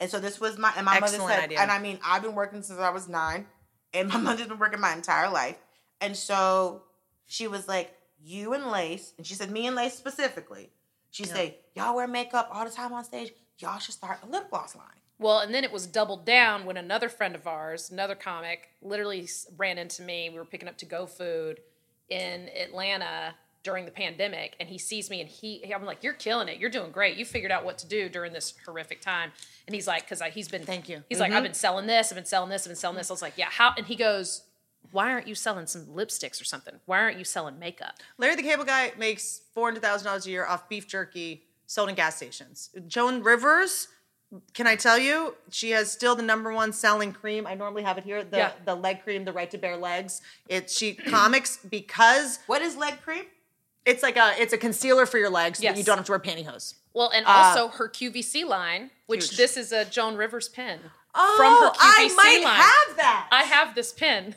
And so this was my and my Excellent mother said, idea. and I mean, I've been working since I was nine, and my mother's been working my entire life. And so she was like, you and Lace, and she said, me and Lace specifically. She said, y'all wear makeup all the time on stage. Y'all should start a lip gloss line. Well, and then it was doubled down when another friend of ours, another comic, literally s- ran into me. We were picking up to go food in Atlanta during the pandemic, and he sees me and he, I'm like, "You're killing it. You're doing great. You figured out what to do during this horrific time." And he's like, "Cause I, he's been Thank you. Mm-hmm. He's like, "I've been selling this. I've been selling this. I've been selling this." I was like, "Yeah, how?" And he goes. Why aren't you selling some lipsticks or something? Why aren't you selling makeup? Larry the Cable Guy makes four hundred thousand dollars a year off beef jerky sold in gas stations. Joan Rivers, can I tell you, she has still the number one selling cream. I normally have it here, the Yeah. the leg cream, the right to bare legs. It's she comics because What is leg cream? it's like a it's a concealer for your legs so that you Yes. don't have to wear pantyhose. Well, and also her QVC line, which Ah. Huge. this is a Joan Rivers pin. Oh, From her I QVC might line. have that. I have this pin.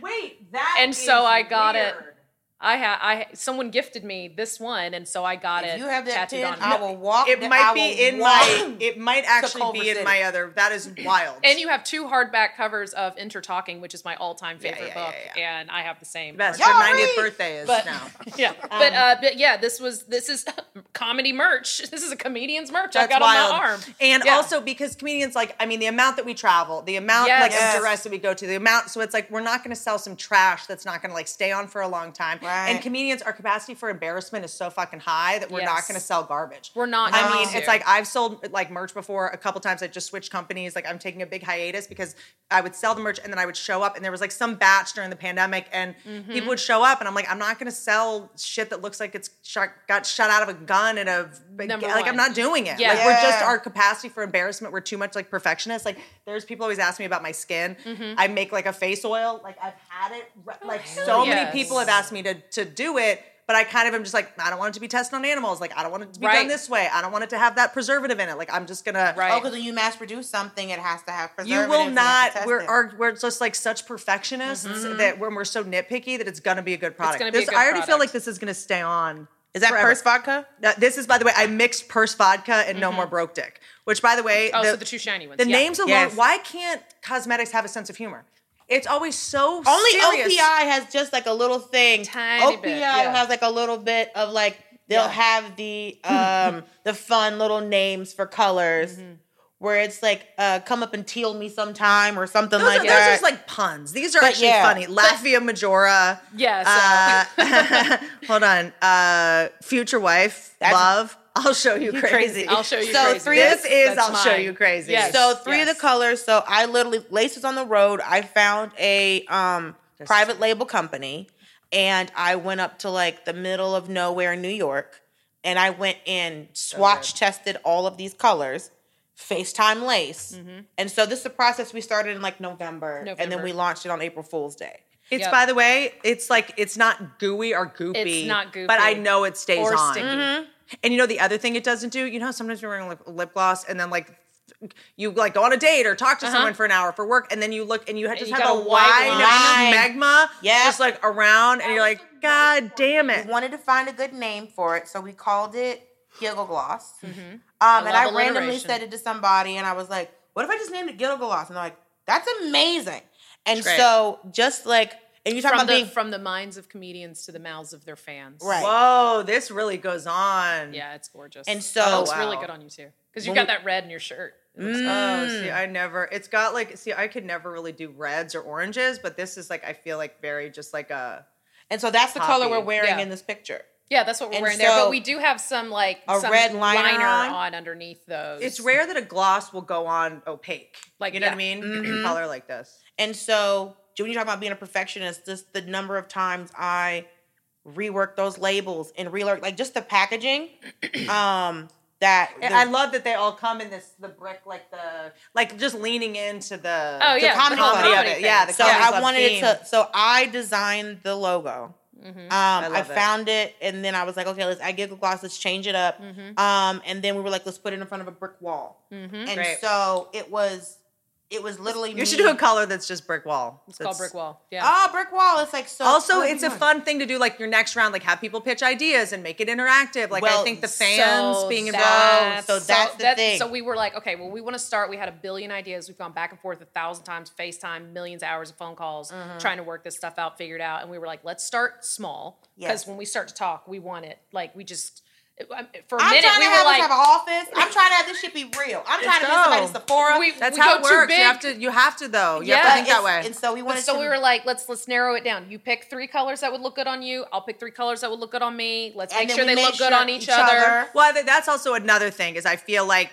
wait that And so is I got it. weird. I had I someone gifted me this one, and so I got it. If you have that tattooed pin, on I me. will walk. It Oh, the- might I be will in walk- my. It might actually Culver be in City. my other. That is wild. And you have two hardback covers of Intertalking, which is my all-time favorite yeah, yeah, book, and I have the same. best. Y'all Her ninetieth read. birthday is But now. yeah, but uh, but yeah, this was this is comedy merch. This is a comedian's merch I've got on my arm. And Yeah. also because comedians, like, I mean, the amount that we travel, the amount Yes. like Yes. of duress that we go to, the amount. So it's like we're not going to sell some trash that's not going to like stay on for a long time. Right. And comedians, our capacity for embarrassment is so fucking high that we're Yes. not going to sell garbage. We're not. I going mean, to. it's like I've sold like merch before a couple times. I just switched companies. Like I'm taking a big hiatus because I would sell the merch and then I would show up and there was like some batch during the pandemic and Mm-hmm. people would show up and I'm like, I'm not going to sell shit that looks like it's shot, got shot out of a gun and a like Number one. I'm not doing it. Yeah. Like we're just Yeah. our capacity for embarrassment. We're too much like perfectionists. Like there's people always ask me about my skin. Mm-hmm. I make like a face oil. Like I've had it. re- like so yes. many people have asked me to to do it. But I kind of am just like I don't want it to be tested on animals. Like I don't want it to be Right. done this way. I don't want it to have that preservative in it. Like I'm just gonna. Right. Oh, because when you mass produce something, it has to have preservatives. You will and you have not. to test We're it. our, we're just like such perfectionists that when we're so nitpicky that it's gonna be a good product. Mm-hmm. gonna be a This- good I already feel product. like this is gonna stay on. Is that forever. first vodka? Now, this is, by the way, I mixed Purse Vodka and No More Broke Dick, which, by the way, Mm-hmm. oh, so the two shiny ones. the yeah. names alone. Yes. Why can't cosmetics have a sense of humor? It's always so Only serious. OPI has just like a little thing. Tiny OPI bit, yeah. has like a little bit of like they'll Yeah. have the um the fun little names for colors. Where it's like, uh, come up and teal me sometime or something Those, like are, those are that. just like puns. These are But actually yeah. funny. Latvia Majora. Yeah, so- Uh, hold on. Uh, future wife. That's- love. I'll show you crazy. crazy. I'll show you. So crazy. three This That's- is. that's I'll show mine. you crazy. Yes. So three of yes. the colors. So I literally laces on the road. I found a um, private label company, and I went up to like the middle of nowhere, in New York, and I went and swatch tested all of these colors. FaceTime lace, and so this is a process we started in like November, and then Mm-hmm. November. we launched it on April Fool's Day. It's Yep. by the way, it's like it's not gooey or goopy. It's not goopy. But I know it stays Or on. Mm-hmm. sticky. And you know the other thing it doesn't do. You know how sometimes you're wearing lip, lip gloss and then like you like go on a date or talk to someone for an hour for work and then you look and you just Uh-huh. you have got a a white wide line. magma Yeah. just like around and you're like god damn it Eh. We wanted to find a good name for it, so we called it Giggle Gloss. Um, and Mm-hmm. love I randomly alliteration. said it to somebody, and I was like, "What if I just named it Giggle Gloss?" And they're like, "That's amazing!" And great. so, just like, and you talk from about the, being from the minds of comedians to the mouths of their fans. Right. whoa this really goes on Yeah, it's gorgeous. And it so- looks Wow. really good on you too, because you've When got that red in your shirt. It looks oh Mm. see i never it's got like see i could never really do reds or oranges but this is like i feel like very just like a and so that's the color Poppy. we're wearing Yeah. in this picture. Yeah, that's what we're And wearing there. so- But we do have some like A some red liner on. on. underneath those. It's rare that a gloss will go on opaque. Like Like, you know what I mean? Mhm. Color like this. And so when you talk about being a perfectionist, just the number of times I rework those labels and rework like just the packaging. Um that And I love that they all come in this the brick like the like just leaning into the Oh, the yeah, the comedy, comedy of it. thing. Yeah, the so comedy I club wanted theme. it to so I designed the logo. Mhm. Um I, love it. found it and then I was like, okay, let's I get the gloss, let's change it up. Mhm. Um and then we were like, let's put it in front of a brick wall. Mhm. And Right. so it was it was literally You should do a color that's just brick wall. It's called That's- brick wall. Yeah. Oh, brick wall. It's like so Also, oh, it's a come on. fun thing to do, like your next round, like have people pitch ideas and make it interactive. Like I Well, think the fans So being involved. that's- So that's the thing. So we were like, okay, well, we want to start. We had a billion ideas. We've gone back and forth a thousand times, FaceTime, millions of hours of phone calls, Mm-hmm. trying to work this stuff out, figured out. And we were like, let's start small because Yes. when we start to talk, we want it. Like we just it- I- for a I'm minute trying we to have were us have an like, office. I'm trying to have this shit be real. I'm trying to be so. somebody's Sephora. we, That's we how it go too works. You big. have to. You have to though. You Yeah, have to think that It's- way. And so we But wanted so to. we were like, let's let's narrow it down. You pick three colors that would look good on you. I'll pick three colors that would look good on me. Let's and make then sure we they made look good sure on each, other. Well, I think that's also another thing is I feel like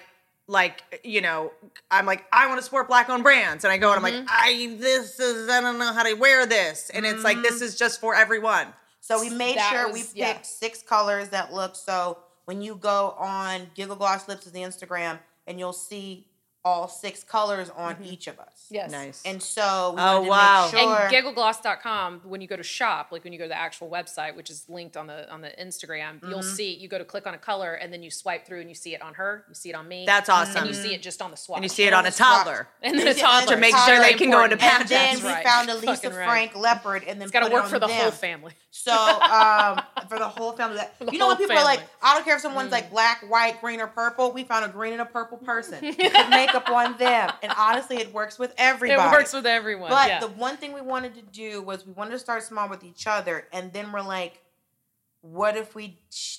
like you know I'm like I want to support black owned brands and I go and Mm-hmm. I'm like I this is I don't know how to wear this and it's like Mm-hmm. this is just for everyone. So we made That sure we was- picked yeah. six colors that look. So when you go on Giggle Gloss Lips is the Instagram, and you'll see all six colors on each of us. Mm-hmm. Yes. Nice. And so we Oh, wanted to wow. make sure. And gigglegloss.com, when you go to shop, like when you go to the actual website, which is linked on the on the Instagram, you'll Mm-hmm. see you go to click on a color and then you swipe through and you see it on her, you see it on me. That's awesome. And you see it just on the swatch. And you see it on a toddler. and then You a see it on toddler. the To make It's sure very they can go important. into and patterns. then That's we right. found You're Elisa fucking right. Frank Leopard, and then It's got put to it work on for the them. whole family. So um, for the whole family, that- the you know when whole people are like, family. Mm. I don't care if someone's like black, white, green, or purple. We found a green and a purple person. Put makeup on them, and honestly, it works with It everybody. works with everyone. But yeah. the one thing we wanted to do was we wanted to start small with each other, and then we're like, what if we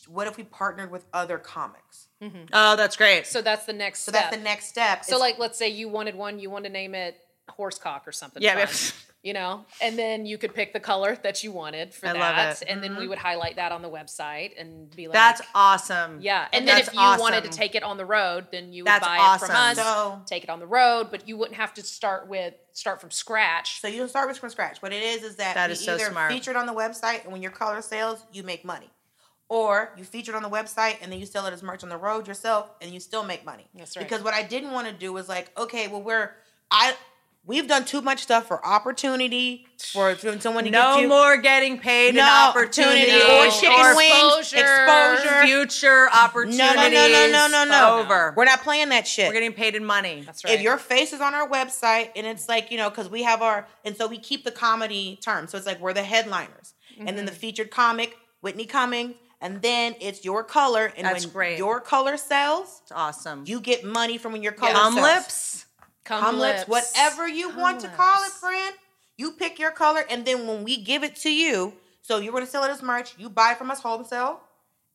what if we partnered with other comics? Oh, that's great. so that's the next So step. that's the next step. So It's- like let's say you wanted one, you want to name it horsecock or something. Yeah, fun, you know? And then you could pick the color that you wanted for I that. love it. And then we would highlight that on the website and be like that's awesome. Yeah. And That's then if you wanted to awesome. take it on the road, then you would That's buy it from us. awesome. so take it on the road, but you wouldn't have to start with start from scratch. so you don't start with from scratch. What it is is that, That you is so either smart. feature it on the website, and when your color sales, you make money. Or you feature it on the website and then you sell it as merch on the road yourself and you still make money. That's right. Because what I didn't want to do was like, okay, well we're I we've done too much stuff for opportunity for someone to get No you. more getting paid an No, opportunity opportunity or or chicken wing exposure. exposure. Future opportunities. No, no, no, no, no, no, no. Over. We're not playing that shit. We're getting paid in money. That's right. if your face is on our website and it's like, you know, because we have our, and so we keep the comedy term. So it's like we're the headliners. And Mm-hmm. then the featured comic, Whitney Cummings, and then it's your color. And That's when great. your color sells, It's awesome. you get money from when your color cum sells. lips. Cum Cum lips, whatever you Cum want to call it, lips. friend. You pick your color, and then when we give it to you, so you're going to sell it as merch. You buy from us wholesale,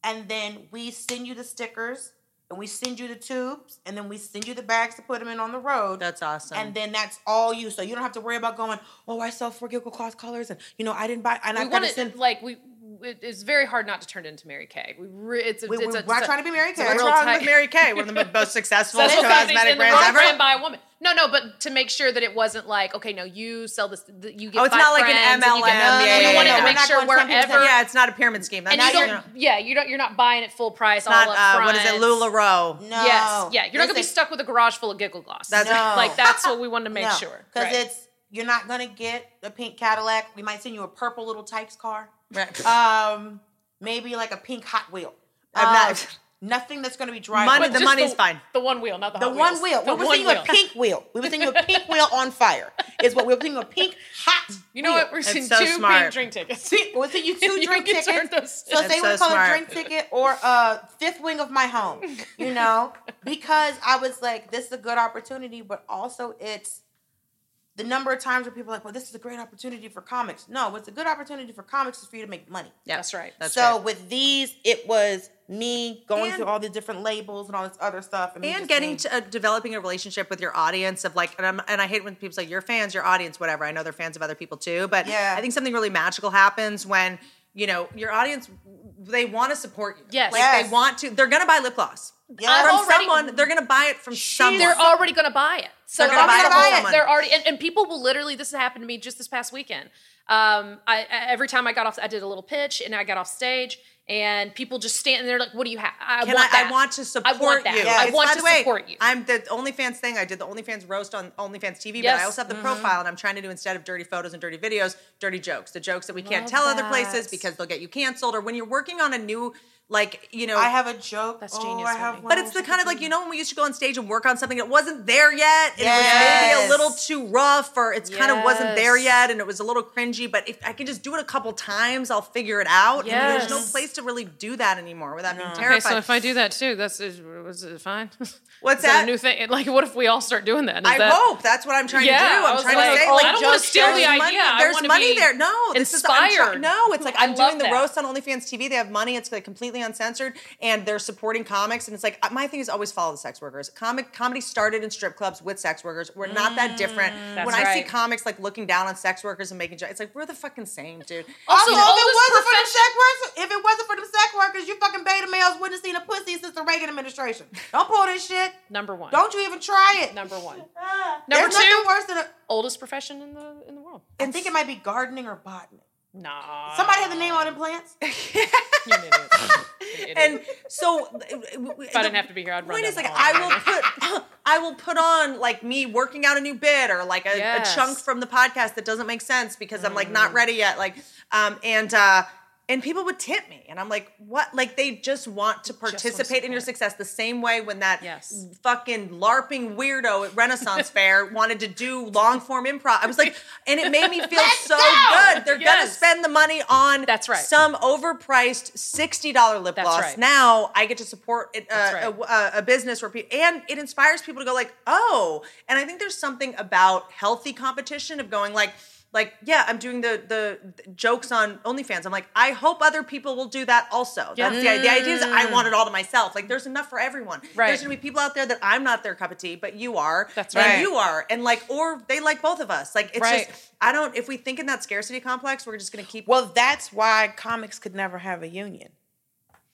and then we send you the stickers, and we send you the tubes, and then we send you the bags to put them in on the road. That's awesome. and then that's all you. So you don't have to worry about going, oh, I sell four giggle cloth colors, and you know I didn't buy, and We I've got want to it send. like we. It, it's very hard not to turn it into Mary Kay. We re, it's a, We, it's we're a, not trying to be Mary Kay. What's real wrong tight- with Mary Kay? One of the most successful That's cosmetic brands ever. by a woman. No, no, but to make sure that it wasn't like okay, no, you sell this, th- you get. Oh, it's five not like an friends and you get- MLM. no, Yeah, no, yeah, we wanted yeah. to We're make not sure going 10%. wherever. Yeah, it's not a pyramid scheme. That's And not, you Now don't. Yeah, you don't. You're not buying at full price. it's not, all up uh, front. what is it, LuLaRoe? No. Yes. Yeah. You're not gonna be Listen, stuck with a garage full of giggle gloss. That's- No. like that's what we wanted to make sure. because Right. it's you're not gonna get a pink Cadillac. We might send you a purple little Tykes car. Right. Um, maybe like a pink Hot Wheel. I'm not- Um, nothing that's gonna be dry. Money- But the just money's fine. The one wheel, not the the Hot one Wheels. wheel. The we were one seeing wheel. a pink wheel. We were seeing a pink wheel on fire. Is what we were seeing a pink hot. You know wheel. what? We're That's seeing so two smart. pink drink tickets. We were seeing you two You drink can turn tickets. those So in. That's they would so call it smart. drink ticket or uh, fifth wing of my home, you know, because I was like, this is a good opportunity, but also it's the number of times where people are like, well, this is a great opportunity for comics. No, what's a good opportunity for comics is for you to make money. Yeah. That's right. That's so right. with these, it was me going And- through all the different labels and all this other stuff, me and just getting being- to uh, developing a relationship with your audience of like and, I'm, and i hate when people say your fans your audience whatever i know they're fans of other people too but Yeah. i think something really magical happens when you know, your audience they want to support you. Yes. Like Yes. they want to they're gonna buy lip gloss. Yes. From already- someone, they're gonna buy it from someone. They're already going to buy it. So They're gonna buy it already- from they're someone. They're already, and, and people will literally. This happened to me just this past weekend. Um, I, I- every time I got off, I did a little pitch, and I got off stage, and people just stand there like, "What do you have? I, Can want I, that. I want to support that. you. Yeah. I It's- want by to the way, support you. I'm the OnlyFans thing. I did the OnlyFans roast on OnlyFans TV, Yes. Mm-hmm. but I also have the profile, and I'm trying to do instead of dirty photos and dirty videos, dirty jokes. The jokes that we can't Love tell other that. places because they'll get you canceled, or when you're working on a new, like you know, I have a joke. That's Oh, genius, I have honey. one But it's the kind of like you know when we used to go on stage and work on something that wasn't there yet, and it was maybe Yes. a little too rough, or it's kind of wasn't there Yes. yet, and it was a little cringy. But if I can just do it a couple times, I'll figure it out. And there's no Yes. place to really do that anymore without being terrified. Okay, so if I do that too, that's is, was it fine? What's What's that that? a new thing? Like, what if we all start doing that? Is I that, hope that's what I'm trying Yeah, to do. I I'm was trying like, to say, oh, like, I don't wanna jokes, steal the there's idea. money, I there's wanna money be there. No, this is I'm try- inspired. no, it's like I I'm doing love the that. roast on OnlyFans TV. They have money. It's like completely uncensored, and they're supporting comics. And it's like uh, my thing is always follow the sex workers. Comic comedy started in strip clubs with sex workers. We're not that different. when I see Mm, right. comics like looking down on sex workers and making jokes, it's like we're the fucking same, dude. Also, Also, all if Oh, it this wasn't for profession- the sex workers, if it wasn't for the sex workers, you fucking beta males wouldn't have seen a pussy since the Reagan administration. Don't pull this shit. Number one. Don't you even try it. Number one. Ah. Number There's two? nothing worse than a, Oldest profession in the in the world. I think it might be gardening or botany. Nah. Somebody had the name on them plants. You idiot. You idiot. and so uh, if if I didn't have to be here, I'd run. point down is the like hall. I will put I will put on like me working out a new bit or like a, Yes. Mm. a chunk from the podcast that doesn't make sense because I'm like not ready yet. Like um and uh and people would tip me and I'm like, what? Like they just want to want participate in your support. success the same way when that Yes. fucking LARPing weirdo at Renaissance Fair wanted to do long form improv. I was like, and it made me feel so good. They're gonna Yes. spend the money on That's right. some overpriced sixty dollar lip That's gloss. right. Now I get to support it, uh, That's right. a w- a, a business where people and it inspires people to go like oh and i think there's something about healthy competition of going like like yeah i'm doing the the, the jokes on onlyfans i'm like i hope other people will do that also Yeah. that's Mm. the idea the idea is i want it all to myself like there's enough for everyone Right. there's gonna be people out there that i'm not their cup of tea but you are That's and right. you are and like or they like both of us like it's Right. just i don't if we think in that scarcity complex we're just gonna keep Well, that's why comics could never have a union.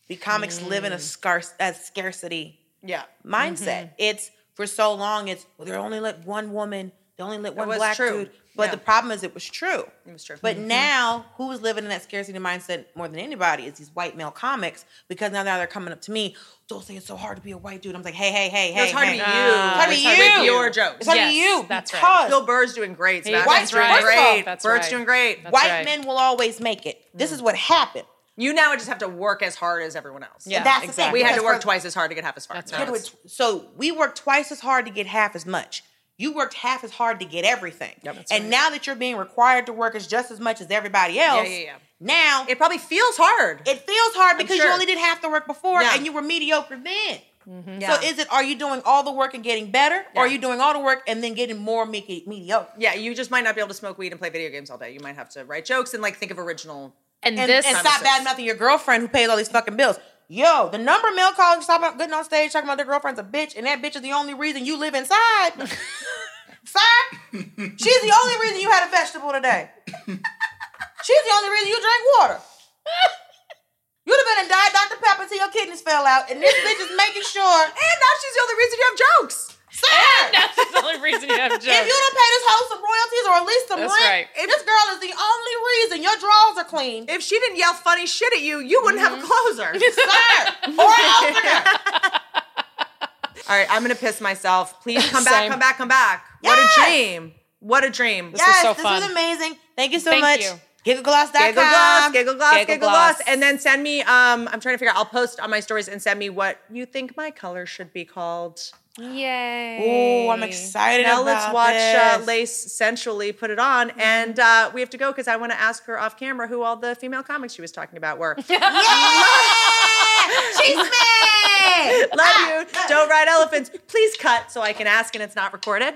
The comics live Mm. in a scarce a scarcity yeah mindset. Mm-hmm. It's for so long. It's well, they only let one woman. They only let one was black true. dude. But Yeah. Mm-hmm. the problem is, it was true. it was true But now, who's living in that scarcity mindset more than anybody is these white male comics because now, now they're coming up to me. Don't say it's so hard to be a white dude. I'm like, hey, hey, hey, hey. No, it's hard hey. to be hey. you. Ah, It's it's hard hard to With be your you. jokes. It's hard Yes, to you. that's right. because Bill Burr's doing great. He- Sebastian. that's Bird's doing right. great. Mm-hmm. That's Bird's right. doing great. That's- White right. men will always make it. This Mm. is what happened. you now just have to work as hard as everyone else. Yeah, and that's the thing. exactly. We had because to work for- twice as hard to get half as far. That's No, right. it's- So we worked twice as hard to get half as much. You worked half as hard to get everything. That's And now that you're being required to work as just as much as everybody else, yeah, yeah. now It probably feels hard. it feels hard because sure. you only did half the work before Yeah. Mm-hmm. and you were mediocre then. Mm-hmm. Yeah. So is it are you doing all the work and getting better, or are Yeah. you doing all the work and then getting more medi- mediocre? yeah, you just might not be able to smoke weed and play video games all day. You might have to write jokes and like think of original. and, And, this and stop premises. bad mouthing your girlfriend who pays all these fucking bills. Yo, the number of male calling stop out getting on stage talking about their girlfriend's a bitch, and that bitch is the only reason you live inside. Sir, she's the only reason you had a vegetable today. She's the only reason you drank water. You'd have been and died Dr. Pepper until your kidneys fell out, and this bitch is making sure. And now she's the only reason you have jokes. Sir, that's the only reason you have jokes. If you don't pay this hoe some royalties or at least some That's rent, right. this girl is the only reason your drawers are clean. If she didn't yell funny shit at you, you wouldn't have a Mm-hmm. closer. Sir, or an opener. all right, I'm gonna piss myself. Please come back, Same. come back, come back. Yes! What a dream. What a dream. was yes, so this fun. was amazing. Thank you so Thank much. you. Gigglegloss.com. Giggle gloss, giggle gloss, Giggle giggle, gloss. gloss. And then send me, um, I'm trying to figure out, I'll post on my stories and send me what you think my color should be called. Yay! Ooh, I'm excited. Now let's about watch uh, this. Lace sensually put it on. And uh, we have to go because I want to ask her off camera who all the female comics she was talking about were. Yeah! She's mad. Love you. Don't ride elephants. Please cut so I can ask and it's not recorded.